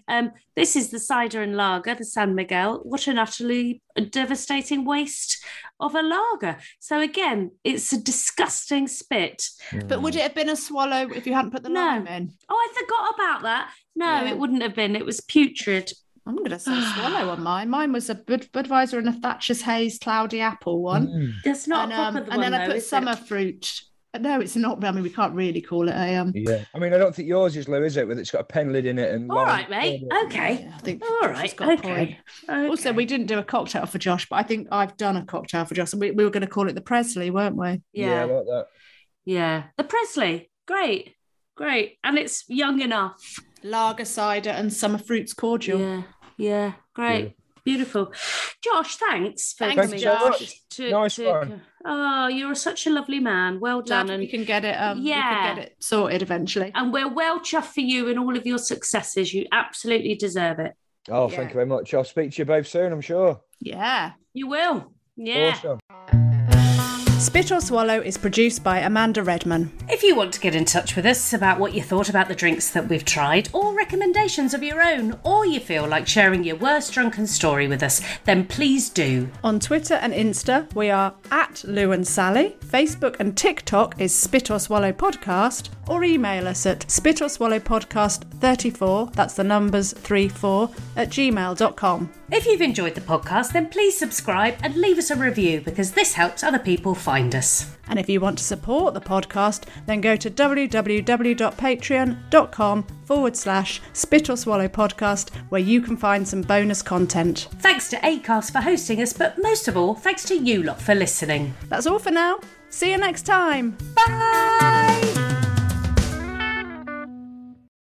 um, this is the cider and lager, the San Miguel. What an utterly devastating waste of a lager. So again, it's a disgusting spit.
But would it have been a swallow if you hadn't put the
No.
lime in?
Oh, I forgot about that. No,
Yeah.
it wouldn't have been. It was putrid.
I'm going to say
[SIGHS]
swallow on mine. Mine was a Bud- Budweiser and a Thatcher's Haze cloudy apple one.
Mm.
That's not
and,
a
um,
proper
and
one,
then I
though,
put
is it?
summer fruit. No, it's not. I mean, we can't really call it a. Um,
Yeah, I mean, I don't think yours is Lou, is it? With it's got a pen lid in it and.
All
lime
right, mate. Oh,
in it.
Okay.
yeah, I think
All
she's
right,
got a
okay.
point. Also,
Okay.
we didn't do a cocktail for Josh, but I think I've done a cocktail for Josh. And we, we were going to call it the Presley, weren't we?
Yeah,
yeah.
like that.
Yeah. The Presley. Great. Great. And it's young enough.
Lager cider and summer fruits cordial.
Yeah. Yeah. Great. Beautiful. Josh, thanks for
Thanks,
coming.
Josh.
To,
Nice
to-
one.
Oh, you're such a lovely man. Well
Glad
done.
we
And,
can get it. Um, we
Yeah.
can get it sorted eventually.
and we're well chuffed for you and all of your successes. You absolutely deserve it.
Oh,
Yeah.
thank you very much. I'll speak to you both soon, I'm sure.
Yeah.
You will. Yeah.
Awesome.
Spit or Swallow is produced by Amanda Redman.
If you want to get in touch with us about what you thought about the drinks that we've tried, or recommendations of your own, or you feel like sharing your worst drunken story with us, then please do.
On Twitter and Insta, we are at Lou and Sally. Facebook and TikTok is Spit or Swallow Podcast, or email us at Spit or Swallow Podcast 34, that's the numbers 34, at gmail.com.
If you've enjoyed the podcast, then please subscribe and leave us a review because this helps other people find us.
And if you want to support the podcast, then go to www.patreon.com forward slash Spit or Swallow Podcast, where you can find some bonus content.
Thanks to ACAST for hosting us, but most of all, thanks to you lot for listening.
That's all for now. See you next time. Bye!